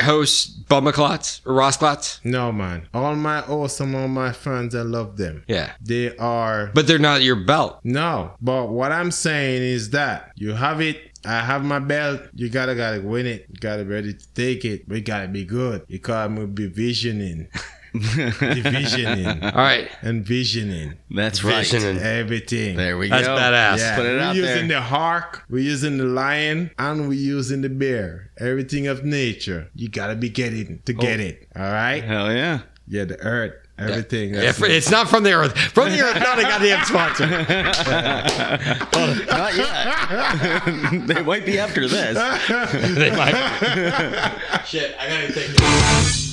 [SPEAKER 1] host Bummaclots or Rosclots?
[SPEAKER 3] No, man. All my awesome, all my fans, I love them.
[SPEAKER 1] Yeah.
[SPEAKER 3] They are.
[SPEAKER 1] But they're not your belt.
[SPEAKER 3] No. But what I'm saying is that you have it. I have my belt. You gotta gotta win it. You gotta be ready to take it. We gotta be good. You gotta be visioning. Divisioning.
[SPEAKER 1] All right.
[SPEAKER 3] And visioning.
[SPEAKER 2] That's right.
[SPEAKER 1] Visioning.
[SPEAKER 3] Everything.
[SPEAKER 2] There we
[SPEAKER 1] That's
[SPEAKER 2] go.
[SPEAKER 1] badass.
[SPEAKER 3] Yeah,
[SPEAKER 2] Put it
[SPEAKER 3] we're
[SPEAKER 2] out there.
[SPEAKER 3] using the hawk, we're using the lion, and we're using the bear. Everything of nature. You gotta be getting to get
[SPEAKER 1] Oh.
[SPEAKER 3] it. All right.
[SPEAKER 2] Hell yeah.
[SPEAKER 3] Yeah, the earth, everything.
[SPEAKER 1] If- it's not from the earth. From the earth, not a goddamn sponsor.
[SPEAKER 2] Not yet. they might be after this.
[SPEAKER 1] They might- Shit, I gotta take this.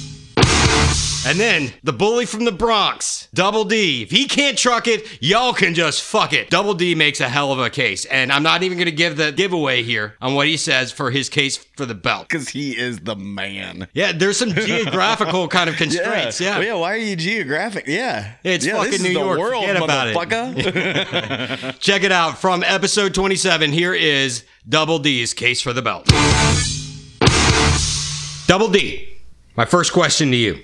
[SPEAKER 1] And then the bully from the Bronx, Double D. If he can't truck it, y'all can just fuck it. Double D makes a hell of a case, and I'm not even gonna give the giveaway here on what he says for his case for the belt.
[SPEAKER 2] Because he is the man.
[SPEAKER 1] Yeah, there's some geographical kind of constraints. Yeah.
[SPEAKER 2] Well, yeah. Why are you geographic? Yeah.
[SPEAKER 1] It's
[SPEAKER 2] yeah,
[SPEAKER 1] fucking
[SPEAKER 2] this is
[SPEAKER 1] New
[SPEAKER 2] the
[SPEAKER 1] York.
[SPEAKER 2] World,
[SPEAKER 1] Forget about it.
[SPEAKER 2] motherfucker.
[SPEAKER 1] Check it out from episode 27. Here is Double D's case for the belt. Double D, my first question to you.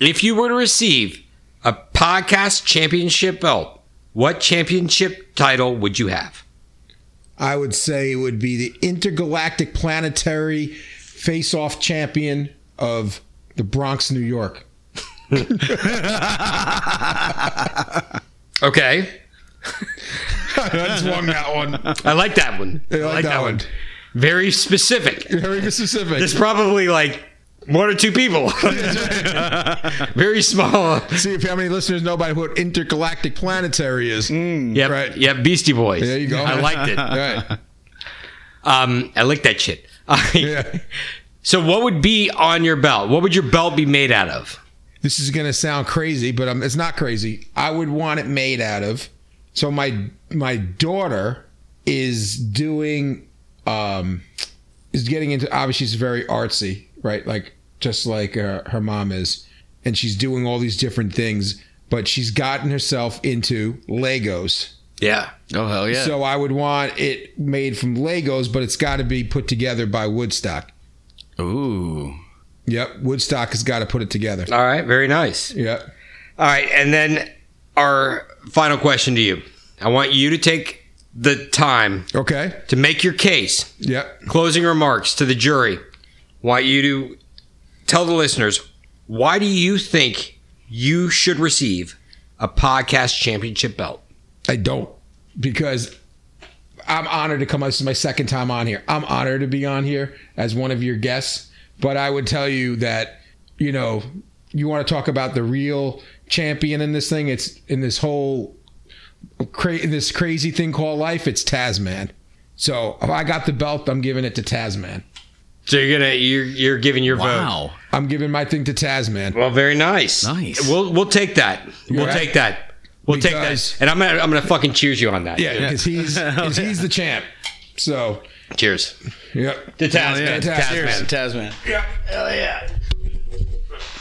[SPEAKER 1] If you were to receive a podcast championship belt, what championship title would you have?
[SPEAKER 11] I would say it would be the intergalactic planetary face off champion of the Bronx, New York.
[SPEAKER 1] Okay.
[SPEAKER 11] I just won that one.
[SPEAKER 1] I like that one. I
[SPEAKER 11] like
[SPEAKER 1] like that,
[SPEAKER 11] that
[SPEAKER 1] one.
[SPEAKER 11] one.
[SPEAKER 1] Very specific.
[SPEAKER 11] Very specific.
[SPEAKER 1] There's probably like one or two people. Very small.
[SPEAKER 11] See if how many listeners know about what intergalactic planetary is.
[SPEAKER 1] Mm. Yep.
[SPEAKER 11] Right.
[SPEAKER 1] Yep. Beastie Boys.
[SPEAKER 11] There you go.
[SPEAKER 1] I liked it.
[SPEAKER 11] All right.
[SPEAKER 1] Um, I like that shit.
[SPEAKER 11] Yeah.
[SPEAKER 1] So, what would be on your belt? What would your belt be made out of?
[SPEAKER 11] This is going to sound crazy, but um, it's not crazy. I would want it made out of. So my my daughter is doing um is getting into obviously she's very artsy, right? Like just like uh, her mom is and she's doing all these different things, but she's gotten herself into Legos.
[SPEAKER 1] Yeah.
[SPEAKER 2] oh hell yeah.
[SPEAKER 11] So I would want it made from Legos, but it's got to be put together by Woodstock.
[SPEAKER 2] Ooh.
[SPEAKER 11] Yep, Woodstock has got to put it together.
[SPEAKER 1] All right. Very nice.
[SPEAKER 11] Yep.
[SPEAKER 1] All right. And then our final question to you. I want you to take the time
[SPEAKER 11] Okay.
[SPEAKER 1] to make your case,
[SPEAKER 11] Yep.
[SPEAKER 1] closing remarks to the jury. Want you to tell the listeners why do you think you should receive a podcast championship belt?
[SPEAKER 11] I don't because I'm honored to come. This is my second time on here. I'm honored to be on here as one of your guests. But I would tell you that you know you want to talk about the real champion in this thing. It's in this whole cra- in this crazy thing called life. It's Tasman. So if I got the belt, I'm giving it to Tasman.
[SPEAKER 1] So you're gonna you're you're giving your vote.
[SPEAKER 2] Wow.
[SPEAKER 11] I'm giving my thing to Tasman.
[SPEAKER 1] Well, very nice.
[SPEAKER 2] Nice.
[SPEAKER 1] We'll we'll take that. We'll
[SPEAKER 11] Yeah.
[SPEAKER 1] take that. We'll
[SPEAKER 11] Because-
[SPEAKER 1] take that. And I'm gonna I'm gonna fucking cheers you on that.
[SPEAKER 11] Yeah, because he's 'cause he's the champ. So
[SPEAKER 1] Cheers.
[SPEAKER 11] yep.
[SPEAKER 1] To Tasman.
[SPEAKER 11] yeah.
[SPEAKER 1] Tasman.
[SPEAKER 11] Cheers
[SPEAKER 2] Tasman.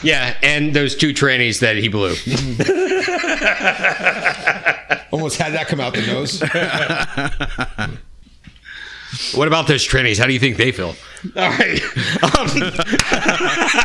[SPEAKER 1] Yeah, and those two trannies that he blew.
[SPEAKER 11] Almost had that come out the nose.
[SPEAKER 1] what about those trannies? How do you think they feel? All right. Um,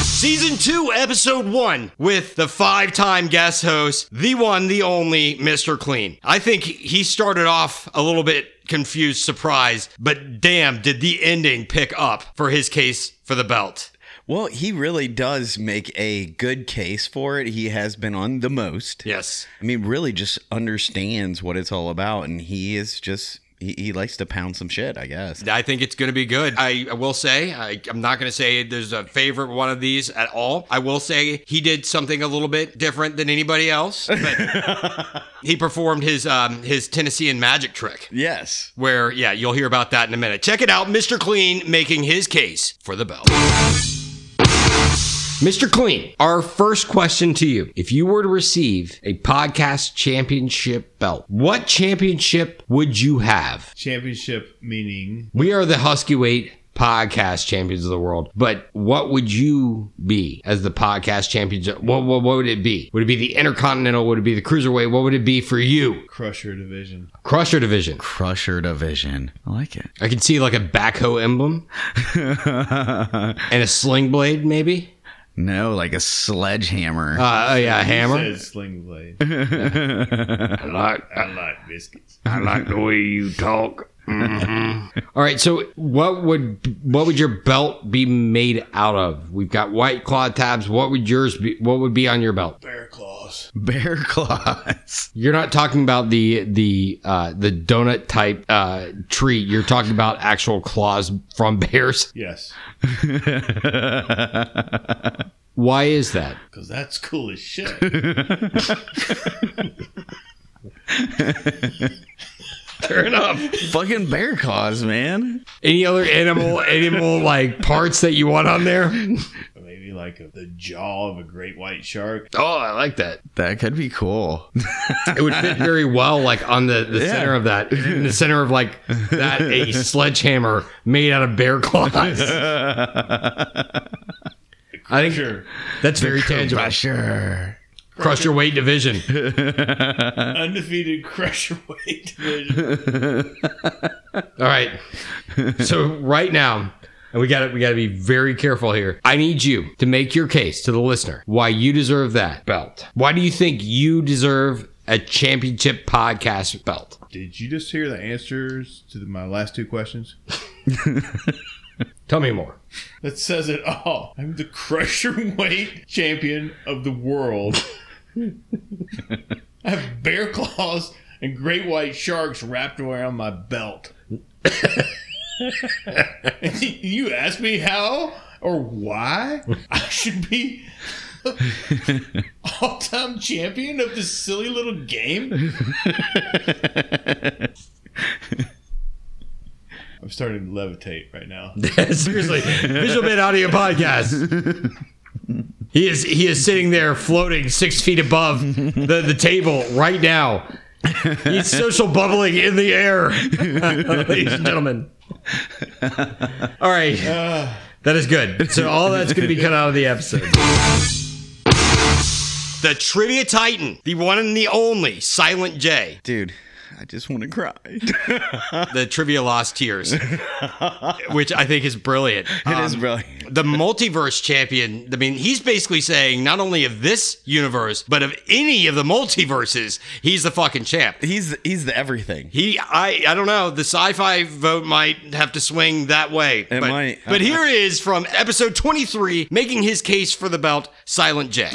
[SPEAKER 1] Season 2, Episode 1, with the five time guest host, the one, the only Mr. Clean. I think he started off a little bit confused, surprised, but damn, did the ending pick up for his case for the belt.
[SPEAKER 2] Well, he really does make a good case for it. He has been on the most.
[SPEAKER 1] Yes.
[SPEAKER 2] I mean, really just understands what it's all about, and he is just he, he likes to pound some shit, I guess.
[SPEAKER 1] I think it's going to be good. I, I will say, I, I'm not going to say there's a favorite one of these at all. I will say he did something a little bit different than anybody else. But he performed his um, his Tennessean magic trick,
[SPEAKER 2] Yes.
[SPEAKER 1] where yeah, you'll hear about that in a minute. Check it out, Mr. Clean making his case for the belt. Mr. Clean, our first question to you. If you were to receive a podcast championship belt, what championship would you have?
[SPEAKER 6] Championship meaning
[SPEAKER 1] We are the Husky Weight podcast champions of the world. But what would you be as the podcast champions? What, what, what would it be? Would it be the Intercontinental? Would it be the Cruiserweight? What would it be for you?
[SPEAKER 6] Crusher division.
[SPEAKER 1] Crusher division.
[SPEAKER 2] Crusher division. I like it.
[SPEAKER 1] I can see like a backhoe emblem and a sling blade, maybe.
[SPEAKER 2] No, like a sledgehammer.
[SPEAKER 1] Uh, oh, yeah, a hammer.
[SPEAKER 6] Said sling blade.
[SPEAKER 2] I
[SPEAKER 1] like-
[SPEAKER 6] I like biscuits.
[SPEAKER 1] I like the way you talk. Mm-hmm. All right, so what would what would your belt be made out of? We've got white claw tabs. What would yours be? What would be on your belt?
[SPEAKER 6] Bear claws.
[SPEAKER 2] Bear claws.
[SPEAKER 1] You're not talking about the the uh, the donut type uh, tree. You're talking about actual claws from bears.
[SPEAKER 6] Yes.
[SPEAKER 1] Why is that?
[SPEAKER 6] Because that's cool as shit.
[SPEAKER 1] Fair enough.
[SPEAKER 2] Fucking bear claws, man.
[SPEAKER 1] Any other animal animal like parts that you want on there?
[SPEAKER 6] Maybe like a, the jaw of a great white shark.
[SPEAKER 1] Oh, I like that.
[SPEAKER 2] That could be cool.
[SPEAKER 1] It would fit very well, like on the, the
[SPEAKER 2] Yeah.
[SPEAKER 1] center of that, in the center of like that, a sledgehammer made out of bear claws. I think that's very tangible.
[SPEAKER 2] Crusher.
[SPEAKER 1] Crush your weight division.
[SPEAKER 6] Undefeated crusher weight division.
[SPEAKER 1] All right. So right now, and we got to we got to be very careful here. I need you to make your case to the listener why you deserve that belt. Why do you think you deserve a championship podcast belt?
[SPEAKER 12] Did you just hear the answers to my last two questions?
[SPEAKER 1] Tell me more.
[SPEAKER 6] That says it all. I'm the crusher weight champion of the world. I have bear claws and great white sharks wrapped around my belt. you ask me how or why I should be all-time champion of this silly little game? I'm starting to levitate right now.
[SPEAKER 1] Seriously, visual bit audio podcast. He is he is sitting there floating six feet above the, the table right now. He's social bubbling in the air, ladies and gentlemen. All right, that is good. So all that's going to be cut out of the episode. The trivia titan, the one and the only Silent J.
[SPEAKER 2] Dude, I just want to cry.
[SPEAKER 1] The trivia lost tears, which I think is brilliant. Um,
[SPEAKER 2] it is brilliant.
[SPEAKER 1] the multiverse champion, I mean, he's basically saying not only of this universe, but of any of the multiverses, he's the fucking champ.
[SPEAKER 2] He's he's the everything.
[SPEAKER 1] He, I, I don't know. The sci-fi vote might have to swing that way.
[SPEAKER 2] It
[SPEAKER 1] but,
[SPEAKER 2] might.
[SPEAKER 1] But here is from episode 23, making his case for the belt, Silent J.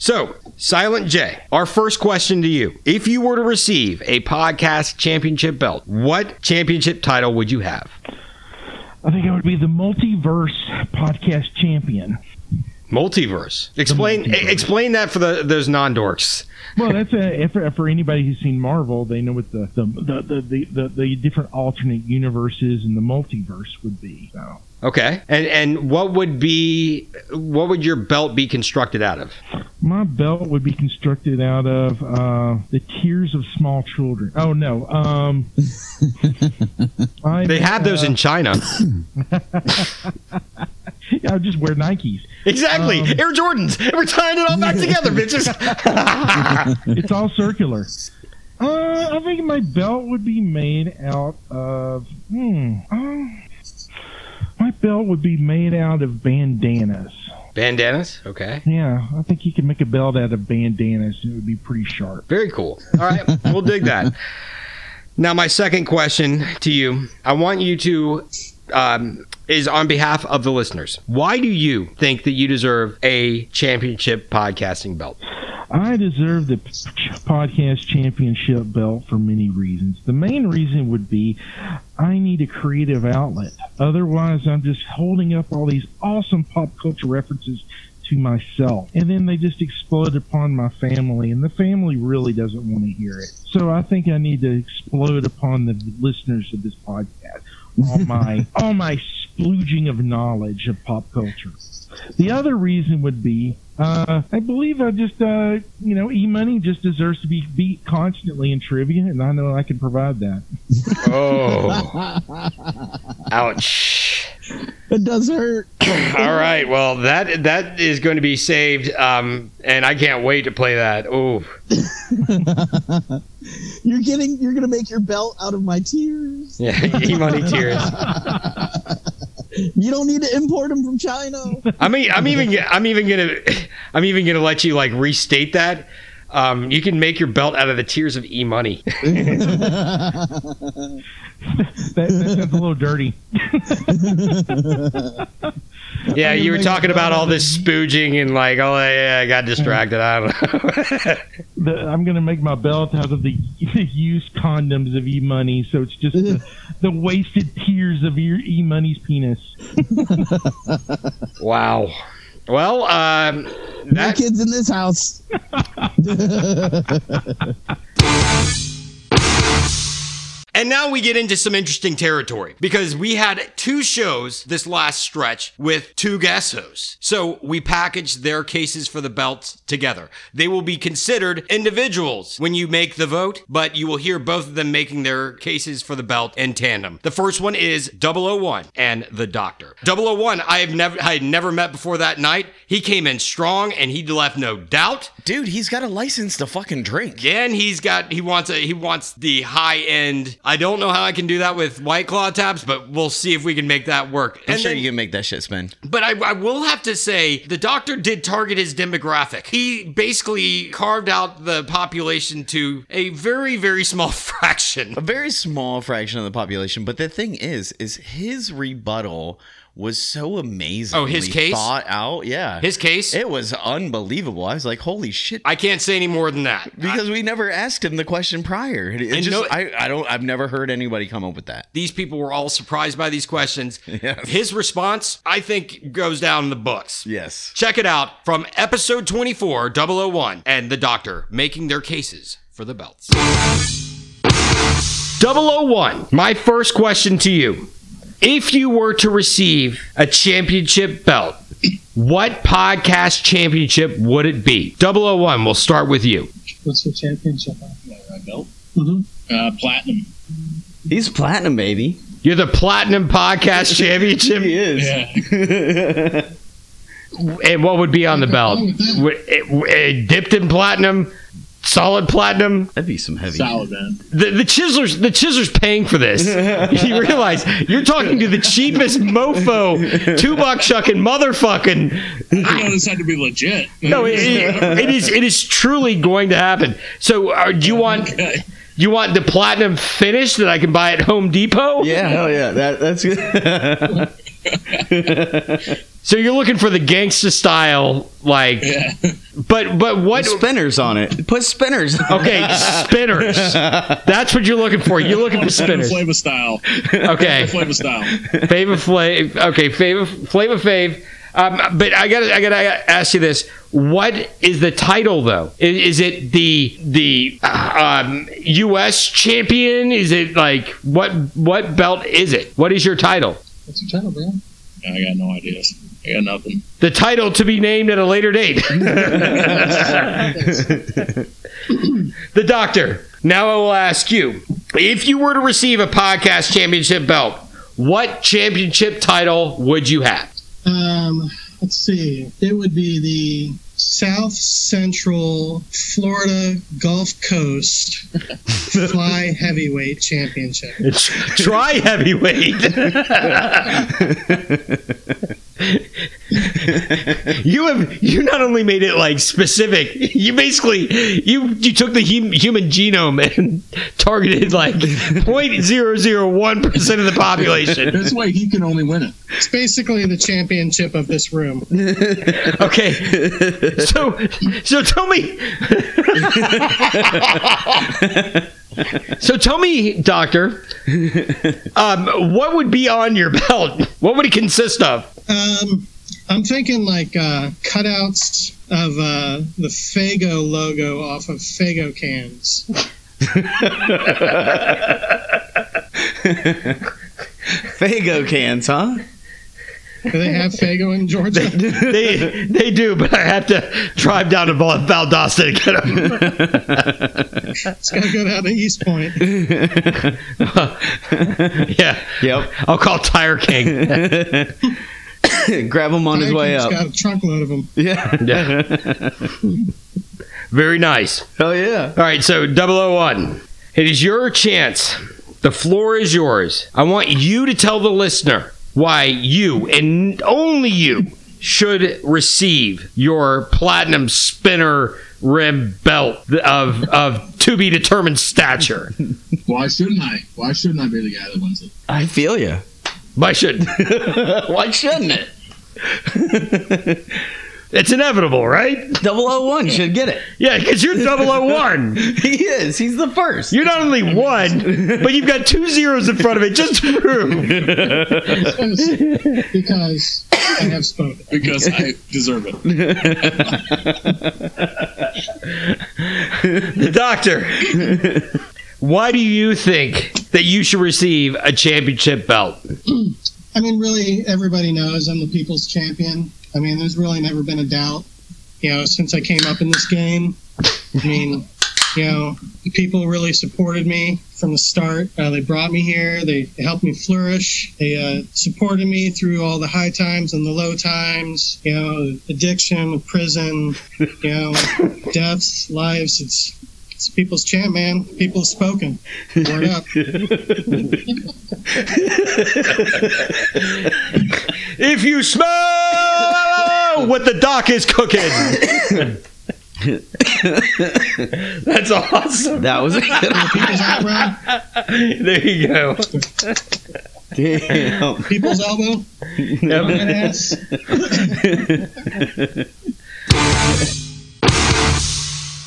[SPEAKER 1] So, Silent J, our first question to you: If you were to receive a podcast championship belt, what championship title would you have?
[SPEAKER 13] I think I would be the multiverse podcast champion.
[SPEAKER 1] Multiverse. Explain explain that for the those non dorks.
[SPEAKER 13] Well, that's a, if- for, for anybody who's seen Marvel, they know what the the, the, the, the, the the different alternate universes and the multiverse would be. So
[SPEAKER 1] Okay. And and what would be what would your belt be constructed out of?
[SPEAKER 13] my belt would be constructed out of uh, the tears of small children. Oh no, um, I,
[SPEAKER 1] They have those in China.
[SPEAKER 13] I would just wear Nikes.
[SPEAKER 1] Exactly.
[SPEAKER 13] Um,
[SPEAKER 1] Air Jordans. We're tying it all back together, bitches.
[SPEAKER 13] it's all circular. Uh, I think my belt would be made out of. Hmm. uh, my belt would be made out of bandanas.
[SPEAKER 1] Bandanas. Okay.
[SPEAKER 13] Yeah, I think you could make a belt out of bandanas. and It would be pretty sharp.
[SPEAKER 1] Very cool. All right. We'll dig that. Now my second question to you, I want you to um, is on behalf of the listeners. Why do you think that you deserve a championship podcasting belt?
[SPEAKER 13] I deserve the p- ch- podcast championship belt for many reasons. The main reason would be I need a creative outlet. Otherwise, I'm just holding up all these awesome pop culture references to myself. And then they just explode upon my family, and the family really doesn't want to hear it. So I think I need to explode upon the listeners of this podcast. All my all my splooging of knowledge of pop culture. The other reason would be Uh, I believe I just, uh, you know, e money just deserves to be beat constantly in trivia, and I know I can provide that.
[SPEAKER 6] Oh.
[SPEAKER 14] Oh.
[SPEAKER 1] Ouch.
[SPEAKER 14] It does hurt.
[SPEAKER 1] All right. Well, that that is going to be saved, um, and I can't wait to play that. Oh,
[SPEAKER 14] You're getting. You're gonna make your belt out of my tears.
[SPEAKER 1] yeah, e-money tears.
[SPEAKER 14] You don't need to import them from China.
[SPEAKER 1] I mean, I'm even I'm even gonna I'm even gonna let you like restate that. Um, you can make your belt out of the tears of e-money.
[SPEAKER 13] That, that sounds a little dirty.
[SPEAKER 1] yeah, you were talking about all this spooging and like, oh yeah, I got distracted. I don't know.
[SPEAKER 13] The, I'm going to make my belt out of the, the used condoms of e money, so it's just the, the wasted tears of your e money's penis.
[SPEAKER 1] Wow. Well, um,
[SPEAKER 14] No kids in this house.
[SPEAKER 1] And now we get into some interesting territory because we had two shows this last stretch with two guest hosts. So we packaged their cases for the belts together. They will be considered individuals when you make the vote, but you will hear both of them making their cases for the belt in tandem. The first one is 001 and the Doctor. 001, I have never I had never met before that night. He came in strong and he left no doubt.
[SPEAKER 2] Dude, he's got a license to fucking drink.
[SPEAKER 1] Again, he's got he wants a he wants the high end. I don't know how I can do that with white claw taps, but we'll see if we can make that work.
[SPEAKER 2] I'm
[SPEAKER 1] And
[SPEAKER 2] sure
[SPEAKER 1] then-
[SPEAKER 2] you can make that shit spin.
[SPEAKER 1] but I, I will have to say, the doctor did target his demographic. He basically carved out the population to a very, very small fraction.
[SPEAKER 2] A very small fraction of the population. But the thing is, is his rebuttal was so amazing.
[SPEAKER 1] Oh, his case?
[SPEAKER 2] thought out. Yeah,
[SPEAKER 1] His case?
[SPEAKER 2] It was unbelievable. I was like, holy shit.
[SPEAKER 1] I can't say any more than that
[SPEAKER 2] because we never asked him the question prior. It, it
[SPEAKER 1] And
[SPEAKER 2] just,
[SPEAKER 1] no-
[SPEAKER 2] I, I don't. I've never heard anybody come up with that.
[SPEAKER 1] These people were all surprised by these questions. His response, I think, goes down in the books.
[SPEAKER 2] Yes.
[SPEAKER 1] Check it out from episode 24, 001, and the doctor making their cases for the belts. 001, my first question to you. If you were to receive a championship belt, what podcast championship would it be? 001, we'll start with you.
[SPEAKER 14] What's your championship?
[SPEAKER 1] Uh,
[SPEAKER 7] belt?
[SPEAKER 14] Mm-hmm.
[SPEAKER 7] Uh, platinum.
[SPEAKER 2] He's platinum, baby.
[SPEAKER 1] You're the platinum podcast championship. he
[SPEAKER 2] is.
[SPEAKER 1] and what would be on the belt? Would- eh, eh, dipped in platinum, solid platinum.
[SPEAKER 2] That'd be some heavy.
[SPEAKER 7] Solid, man.
[SPEAKER 1] The, the chiselers, the chiselers, paying for this. you realize you're talking to the cheapest mofo, two buck chucking motherfucking.
[SPEAKER 7] I want this had to be legit.
[SPEAKER 1] No, it, it- it is it is truly going to happen. So, uh,
[SPEAKER 2] Oh
[SPEAKER 1] do you want you want the platinum finish that I can buy at Home Depot?
[SPEAKER 2] Yeah, hell yeah, that, that's good.
[SPEAKER 1] so you're looking for the gangsta style, like, but but what
[SPEAKER 2] spinners on it? Put spinners.
[SPEAKER 1] Okay, spinners. That's what you're looking for. You're looking for spinners.
[SPEAKER 7] Flavor style.
[SPEAKER 1] Okay.
[SPEAKER 7] Flavor style.
[SPEAKER 1] Fave of Flav. Okay, Fave of, Flav of Fave. Um, but I gotta, I gotta ask you this: What is the title though? I- Is, it the the uh, um, U.S. champion? Is it like what what belt is it? What is your title?
[SPEAKER 7] What's your title, man? I got no ideas. I got nothing.
[SPEAKER 1] The title to be named at a later date. the doctor. Now I will ask you: If you were to receive a podcast championship belt, what championship title would you have?
[SPEAKER 14] Um, let's see. It would be the South Central Florida Gulf Coast Fly Heavyweight Championship.
[SPEAKER 1] Try heavyweight. you have you not only made it like specific, you basically you you took the hum, human genome and targeted like 0.001 percent of the population.
[SPEAKER 7] This way he can only win it.
[SPEAKER 14] It's basically the championship of this room.
[SPEAKER 1] Okay, so so tell me, so tell me, doctor, um, what would be on your belt? What would it consist of?
[SPEAKER 14] Um, I'm thinking like uh, cutouts of uh, the Fago logo off of Fago cans.
[SPEAKER 2] Fago cans, huh?
[SPEAKER 14] Do they have Fago in Georgia?
[SPEAKER 1] they they do, but I have to drive down to Val- Valdosta to get them.
[SPEAKER 14] it's got to go down to East Point.
[SPEAKER 1] yeah. Yep. I'll call Tire King. Grab him on his way
[SPEAKER 14] Fago's
[SPEAKER 1] up.
[SPEAKER 14] got a trunkload of them.
[SPEAKER 1] Yeah. Very nice.
[SPEAKER 2] Hell yeah.
[SPEAKER 1] All right, so 001. It is your chance. The floor is yours. I want you to tell the listener why you and only you should receive your platinum spinner rim belt of of to be determined stature.
[SPEAKER 15] Why shouldn't I? Why shouldn't I be the guy that wins it?
[SPEAKER 2] I feel you.
[SPEAKER 1] Why should?
[SPEAKER 2] Why shouldn't it?
[SPEAKER 1] It's inevitable, right?
[SPEAKER 2] 001 should get it.
[SPEAKER 1] Yeah, because you're 001.
[SPEAKER 2] he is. He's the first.
[SPEAKER 1] You're not only one, but you've got two zeros in front of it just to prove.
[SPEAKER 14] Because, because I have spoken.
[SPEAKER 15] Because I deserve
[SPEAKER 1] the doctor. Why do you think that you should receive a championship belt?
[SPEAKER 14] I mean, really, everybody knows I'm the people's champion. I mean, there's really never been a doubt, you know, since I came up in this game. I mean, you know, the people really supported me from the start. Uh, they brought me here. They helped me flourish. They uh, supported me through all the high times and the low times. You know, addiction, prison, you know, deaths, lives. It's it's people's champ, man. People's spoken. Word up.
[SPEAKER 1] If you smell what the doc is cooking. That's awesome.
[SPEAKER 2] That was a good
[SPEAKER 1] one. There you go.
[SPEAKER 2] Damn.
[SPEAKER 14] People's elbow.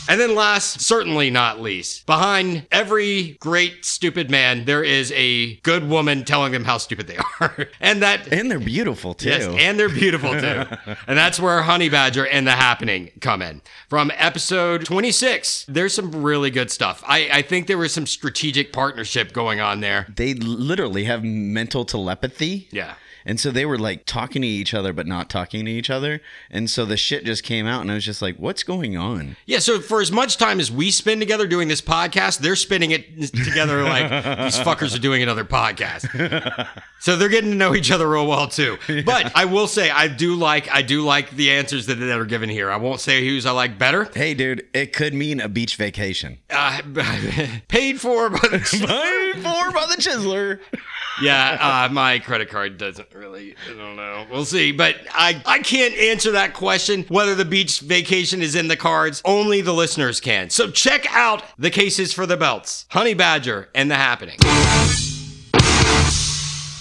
[SPEAKER 1] And then last, certainly not least, behind every great stupid man, there is a good woman telling them how stupid they are. And that
[SPEAKER 2] And they're beautiful too.
[SPEAKER 1] Yes, and they're beautiful too. and that's where Honey Badger and the Happening come in. From episode 26, there's some really good stuff. I, I think there was some strategic partnership going on there.
[SPEAKER 2] they literally have mental telepathy.
[SPEAKER 1] Yeah.
[SPEAKER 2] And so they were like talking to each other, but not talking to each other. And so the shit just came out, and I was just like, what's going on?
[SPEAKER 1] Yeah, so for as much time as we spend together doing this podcast, they're spending it together like these fuckers are doing another podcast. So they're getting to know each other real well too. But I will say I do like I do like the answers that, that are given here. I won't say whose I like better.
[SPEAKER 2] Hey, dude, it could mean a beach vacation.
[SPEAKER 1] Uh, paid for by the
[SPEAKER 2] Four by the Chisler.
[SPEAKER 1] yeah, uh, my credit card doesn't really. I don't know. We'll see. But I, I can't answer that question whether the beach vacation is in the cards. Only the listeners can. So check out the cases for the belts, Honey Badger, and the happening.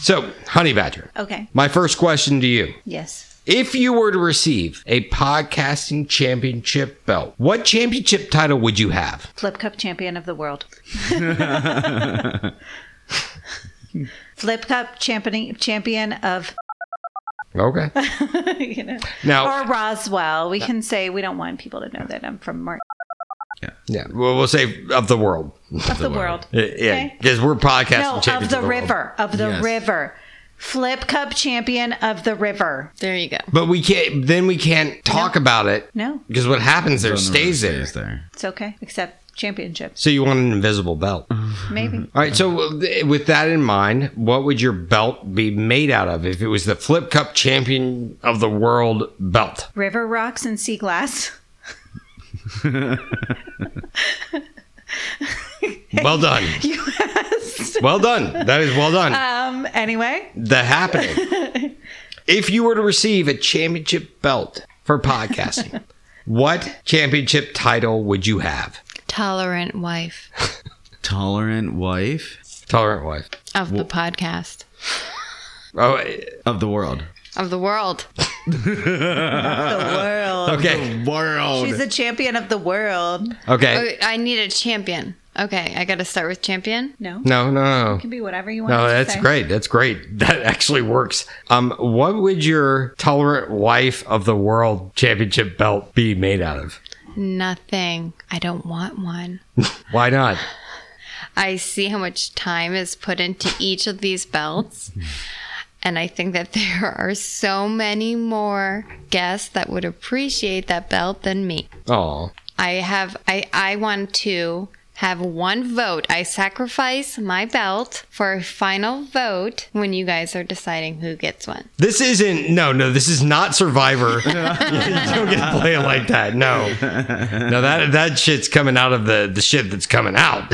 [SPEAKER 1] So, Honey Badger,
[SPEAKER 16] Okay.
[SPEAKER 1] my first question to you.
[SPEAKER 16] Yes.
[SPEAKER 1] If you were to receive a podcasting championship belt, what championship title would you have?
[SPEAKER 16] Flip Cup champion of the world. Flip Cup champion champion of
[SPEAKER 1] okay.
[SPEAKER 16] you know
[SPEAKER 1] Now-
[SPEAKER 16] or Roswell. We can say we don't want people to know that I'm from Martin.
[SPEAKER 1] Yeah, we'll, we'll say of the world.
[SPEAKER 16] Of the world.
[SPEAKER 1] Yeah,
[SPEAKER 16] Okay.
[SPEAKER 1] because we're podcasting
[SPEAKER 16] No,
[SPEAKER 1] champions
[SPEAKER 16] of the,
[SPEAKER 1] world.
[SPEAKER 16] river. Of the
[SPEAKER 1] Yes.
[SPEAKER 16] river. Flip Cup champion of the river. There you go.
[SPEAKER 1] But we can't. Then we can't talk about it.
[SPEAKER 16] No.
[SPEAKER 1] because what happens there stays there.
[SPEAKER 16] It's okay. Except championships.
[SPEAKER 1] So you want an invisible belt. All
[SPEAKER 16] Maybe.
[SPEAKER 1] right. So uh, th- with that in mind, what would your belt be made out of if it was the Flip Cup Champion of the World belt?
[SPEAKER 16] River rocks and sea glass.
[SPEAKER 1] well done.
[SPEAKER 16] You asked.
[SPEAKER 1] Well done. That is well done.
[SPEAKER 16] Um anyway.
[SPEAKER 1] the happening. if you were to receive a championship belt for podcasting, what championship title would you have?
[SPEAKER 17] Tolerant wife
[SPEAKER 2] Tolerant wife.
[SPEAKER 1] Tolerant wife.
[SPEAKER 17] of the podcast
[SPEAKER 1] Oh,
[SPEAKER 2] of the world.
[SPEAKER 17] of the world.
[SPEAKER 16] world.
[SPEAKER 1] Okay.
[SPEAKER 2] world.
[SPEAKER 16] She's a champion of the world.
[SPEAKER 1] Okay.
[SPEAKER 17] Oh, I need a champion. Okay, I got to start with champion.
[SPEAKER 16] No.
[SPEAKER 1] No, no, no.
[SPEAKER 16] It can be whatever you want.
[SPEAKER 1] No,
[SPEAKER 16] it to
[SPEAKER 1] that's
[SPEAKER 16] say.
[SPEAKER 1] great. That's great. That actually works. Um, what would your tolerant wife of the world championship belt be made out of?
[SPEAKER 17] Nothing. I don't want one.
[SPEAKER 1] Why not?
[SPEAKER 17] I see how much time is put into each of these belts. And I think that there are so many more guests that would appreciate that belt than me.
[SPEAKER 1] Oh.
[SPEAKER 17] I have I I want to have one vote. I sacrifice my belt for a final vote when you guys are deciding who gets one.
[SPEAKER 1] This isn't no no. This is not Survivor. you don't get to play it like that. No, no that that shit's coming out of the the shit that's coming out.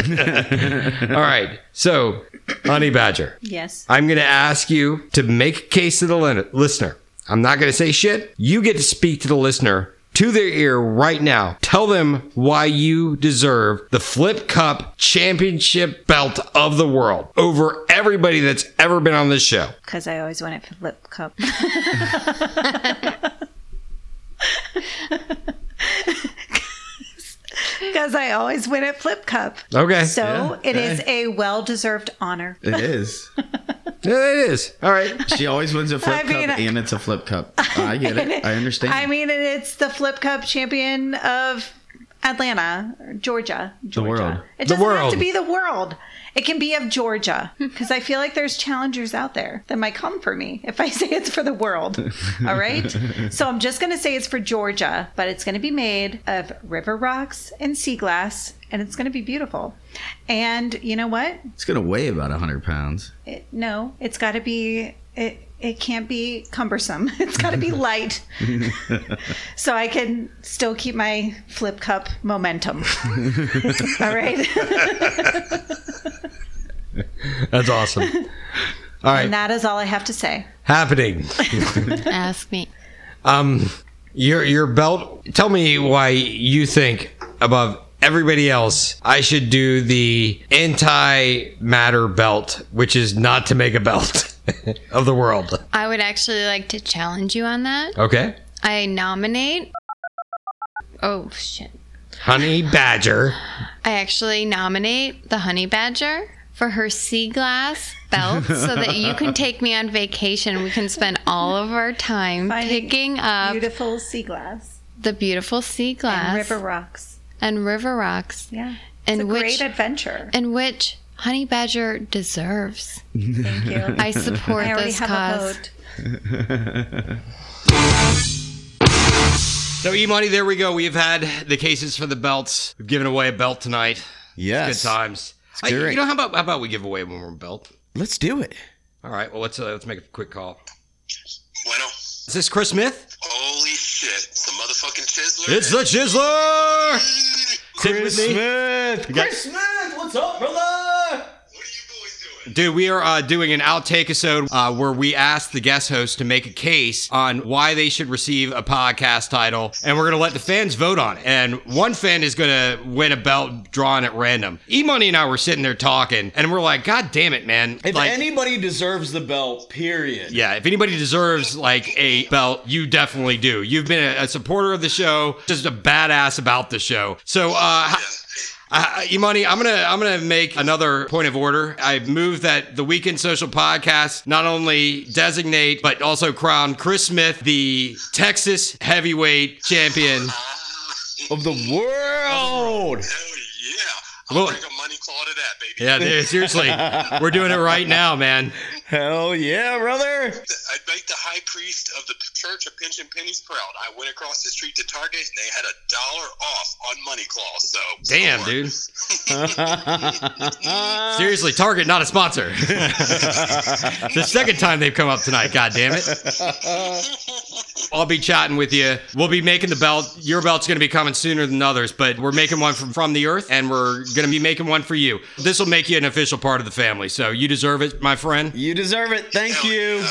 [SPEAKER 1] All right, so Honey Badger.
[SPEAKER 16] Yes.
[SPEAKER 1] I'm going to ask you to make a case to the lin- listener. I'm not going to say shit. You get to speak to the listener to their ear right now. Tell them why you deserve the Flip Cup Championship belt of the world over everybody that's ever been on this show.
[SPEAKER 16] Because I always wanted Flip Cup. Because I always win at Flip Cup.
[SPEAKER 1] Okay.
[SPEAKER 16] So
[SPEAKER 1] Yeah,
[SPEAKER 16] it is
[SPEAKER 1] okay.
[SPEAKER 16] a well deserved honor.
[SPEAKER 2] It is.
[SPEAKER 1] yeah, it is. All right.
[SPEAKER 2] She always wins a flip
[SPEAKER 16] I mean,
[SPEAKER 2] cup, and it's a flip cup. I get it. I understand.
[SPEAKER 16] I mean, and it's the Flip Cup champion of Atlanta, or Georgia.
[SPEAKER 2] the world.
[SPEAKER 16] It doesn't have to be the world. It can be of Georgia because I feel like there's challengers out there that might come for me if I say it's for the world. All right. So I'm just going to say it's for Georgia, but it's going to be made of river rocks and sea glass and it's going to be beautiful. And you know what?
[SPEAKER 2] It's gonna weigh about hundred pounds.
[SPEAKER 16] It, no, it's got to be it it can't be cumbersome. It's got to be light so I can still keep my flip cup momentum. All right.
[SPEAKER 1] That's awesome. All right.
[SPEAKER 16] And that is all I have to say.
[SPEAKER 1] Happening.
[SPEAKER 17] Ask me.
[SPEAKER 1] Um, your your belt. Tell me why you think above everybody else I should do the anti-matter belt, which is not to make a belt of the world.
[SPEAKER 17] I would actually like to challenge you on that.
[SPEAKER 1] Okay,
[SPEAKER 17] I nominate Oh shit.
[SPEAKER 1] honey badger.
[SPEAKER 17] I actually nominate the honey badger for her sea glass belt so that you can take me on vacation. We can spend all of our time picking up
[SPEAKER 16] beautiful sea glass.
[SPEAKER 17] The beautiful sea glass.
[SPEAKER 16] river rocks.
[SPEAKER 17] And river rocks.
[SPEAKER 16] Yeah. It's
[SPEAKER 17] And
[SPEAKER 16] a
[SPEAKER 17] which,
[SPEAKER 16] great adventure.
[SPEAKER 17] And which honey badger deserves.
[SPEAKER 2] Thank
[SPEAKER 17] you. I support
[SPEAKER 16] I already
[SPEAKER 17] this
[SPEAKER 16] have
[SPEAKER 17] cause.
[SPEAKER 16] a vote.
[SPEAKER 1] So E Money, there we go. We have had the cases for the belts. We've given away a belt tonight.
[SPEAKER 2] Yes.
[SPEAKER 1] It's good times.
[SPEAKER 2] It's
[SPEAKER 1] I- you
[SPEAKER 2] great.
[SPEAKER 1] know how about how about we give away one more belt?
[SPEAKER 2] Let's do it.
[SPEAKER 1] All right. Well, let's uh, let's make a quick call. Is this Chris Smith? Holy shit! It's the motherfucking Chisler. It's the Chisler. Chris Smith.
[SPEAKER 6] Smith, what's up, brother?
[SPEAKER 1] Dude, we are uh, doing an outtake episode uh, where we ask the guest host to make a case on why they should receive a podcast title, and we're gonna let the fans vote on it. And one fan is gonna win a belt drawn at random. E Money and I were sitting there talking, and we're like, "God damn it, man!"
[SPEAKER 2] If
[SPEAKER 1] like,
[SPEAKER 2] anybody deserves the belt, period.
[SPEAKER 1] Yeah, if anybody deserves like a belt, you definitely do. You've been a, a supporter of the show, just a badass about the show. So, uh, h- uh, Imani, I'm gonna I'm gonna make another point of order. I move that the Weekend Social Podcast not only designate but also crown Chris Smith the Texas Heavyweight Champion
[SPEAKER 2] of the world.
[SPEAKER 1] Well, yeah, dude, seriously, we're doing it right now, man.
[SPEAKER 2] Hell yeah, brother!
[SPEAKER 1] Damn, dude. Seriously, Target not a sponsor. the second time they've come up tonight. God damn it. I'll be chatting with you. We'll be making the belt. Your belt's going to be coming sooner than others, but we're making one from, from the earth, and we're going to be making one for you. This will make you an official part of the family, so you deserve it, my friend.
[SPEAKER 2] You deserve it. Thank you.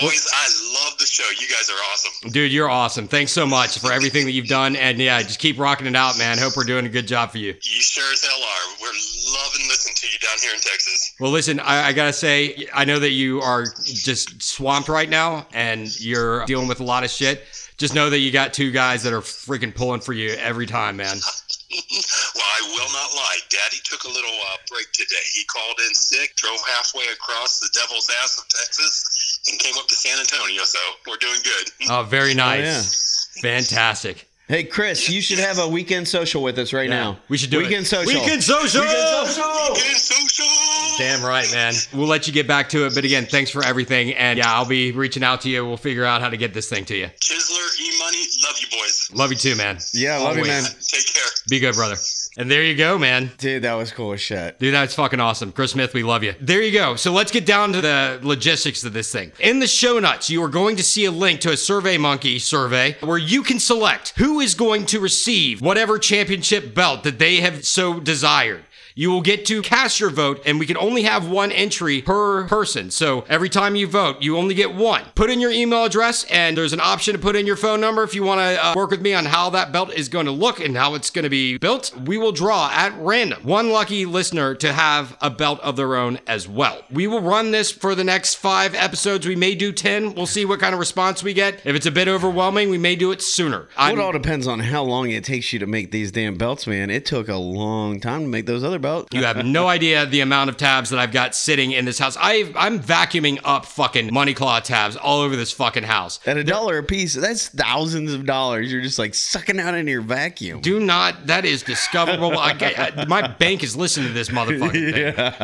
[SPEAKER 1] Boys, I love the show. You guys are awesome. Dude, you're awesome. Thanks so much for everything that you've done. And yeah, just keep rocking it out, man. Hope we're doing a good job for you. Well, listen, I, I gotta say, I know that you are just swamped right now, and you're dealing with a lot of shit. Just know that you got two guys that are freaking pulling for you every time, man.
[SPEAKER 5] Well, I will not lie. Daddy took a little uh, break today. He called in sick, drove halfway across the devil's ass of Texas, and came up to San Antonio. So we're doing good.
[SPEAKER 1] Oh, very nice, fantastic.
[SPEAKER 2] Hey, Chris, you should have a weekend social with us right now.
[SPEAKER 1] We should do it.
[SPEAKER 2] weekend social.
[SPEAKER 1] Weekend social!
[SPEAKER 2] Weekend
[SPEAKER 1] Damn right, man. We'll let you get back to it. But again, thanks for everything. And yeah, I'll be reaching out to you. We'll figure out how to get this thing to you. Chisler, E Money, love you boys. Love you too, man.
[SPEAKER 2] Yeah, love you, man.
[SPEAKER 1] Take care. Be good, brother. And there you go, man.
[SPEAKER 2] Dude, that was cool as shit.
[SPEAKER 1] Dude, that's fucking awesome. Chris Smith, we love you. There you go. So let's get down to the logistics of this thing. In the show notes, you are going to see a link to a Survey Monkey survey where you can select who is going to receive whatever championship belt that they have so desired. You will get to cast your vote, and we can only have one entry per person. So every time you vote, you only get one. Put in your email address, and there's an option to put in your phone number if you want to uh, work with me on how that belt is going to look and how it's going to be built. We will draw at random one lucky listener to have a belt of their own as well. We will run this for the next five episodes. We may do 10. We'll see what kind of response we get. If it's a bit overwhelming, we may do it sooner.
[SPEAKER 2] Well, it all depends on how long it takes you to make these damn belts, man. It took a long time to make those other belts.
[SPEAKER 1] You have no idea the amount of tabs that I've got sitting in this house. I I'm vacuuming up fucking money claw tabs all over this fucking house.
[SPEAKER 2] At a dollar a piece, that's thousands of dollars. You're just like sucking out into your vacuum.
[SPEAKER 1] Do not. That is discoverable. I, I- my bank is listening to this motherfucking thing.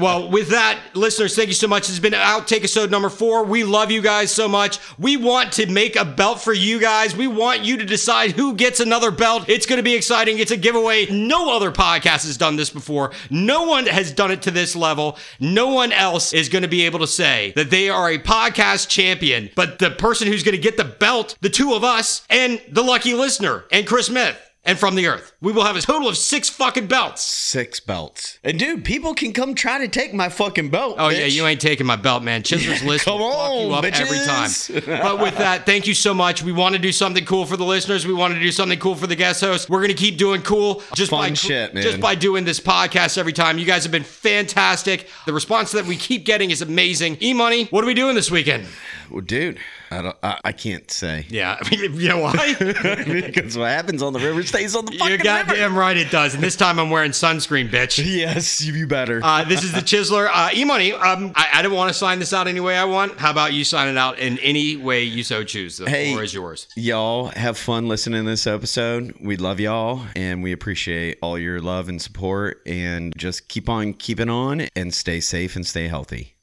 [SPEAKER 1] Well, with that, listeners, thank you so much. It's been outtake episode number four. We love you guys so much. We want to make a belt for you guys. We want you to decide who gets another belt. It's going to be exciting. It's a giveaway. No other podcast has done this before. No one has done it to this level. No one else is going to be able to say that they are a podcast champion. But the person who's going to get the belt, the two of us, and the lucky listener, and Chris Smith. And from the earth, we will have a total of six fucking belts.
[SPEAKER 2] Six belts. And dude, people can come try to take my fucking belt.
[SPEAKER 1] Oh yeah, you ain't taking my belt, man. Chisler's list will fuck you up every
[SPEAKER 2] bitches.
[SPEAKER 1] time. But with that, thank you so much. We want to do something cool for the listeners. We want to do something cool for the guest host. We're gonna keep doing cool just by
[SPEAKER 2] Fun shit, man.
[SPEAKER 1] just by doing this podcast every time. You guys have been fantastic. The response that we keep getting is amazing. E money, what are we doing this weekend?
[SPEAKER 2] Well, dude, I don't. I, I can't say.
[SPEAKER 1] Yeah, you know why?
[SPEAKER 2] because what happens on the river stays on the fucking
[SPEAKER 1] You're goddamn right it does. And this time I'm wearing sunscreen, bitch.
[SPEAKER 2] Yes, you better.
[SPEAKER 1] Uh, this is the Chisler. Uh, E-Money, um, I, I didn't want to sign this out any way I want. How about you sign it out in any way you so choose? The
[SPEAKER 2] Hey.
[SPEAKER 1] floor is yours.
[SPEAKER 2] Y'all have fun listening to this episode. We love y'all and we appreciate all your love and support. And just keep on keeping on and stay safe and stay healthy.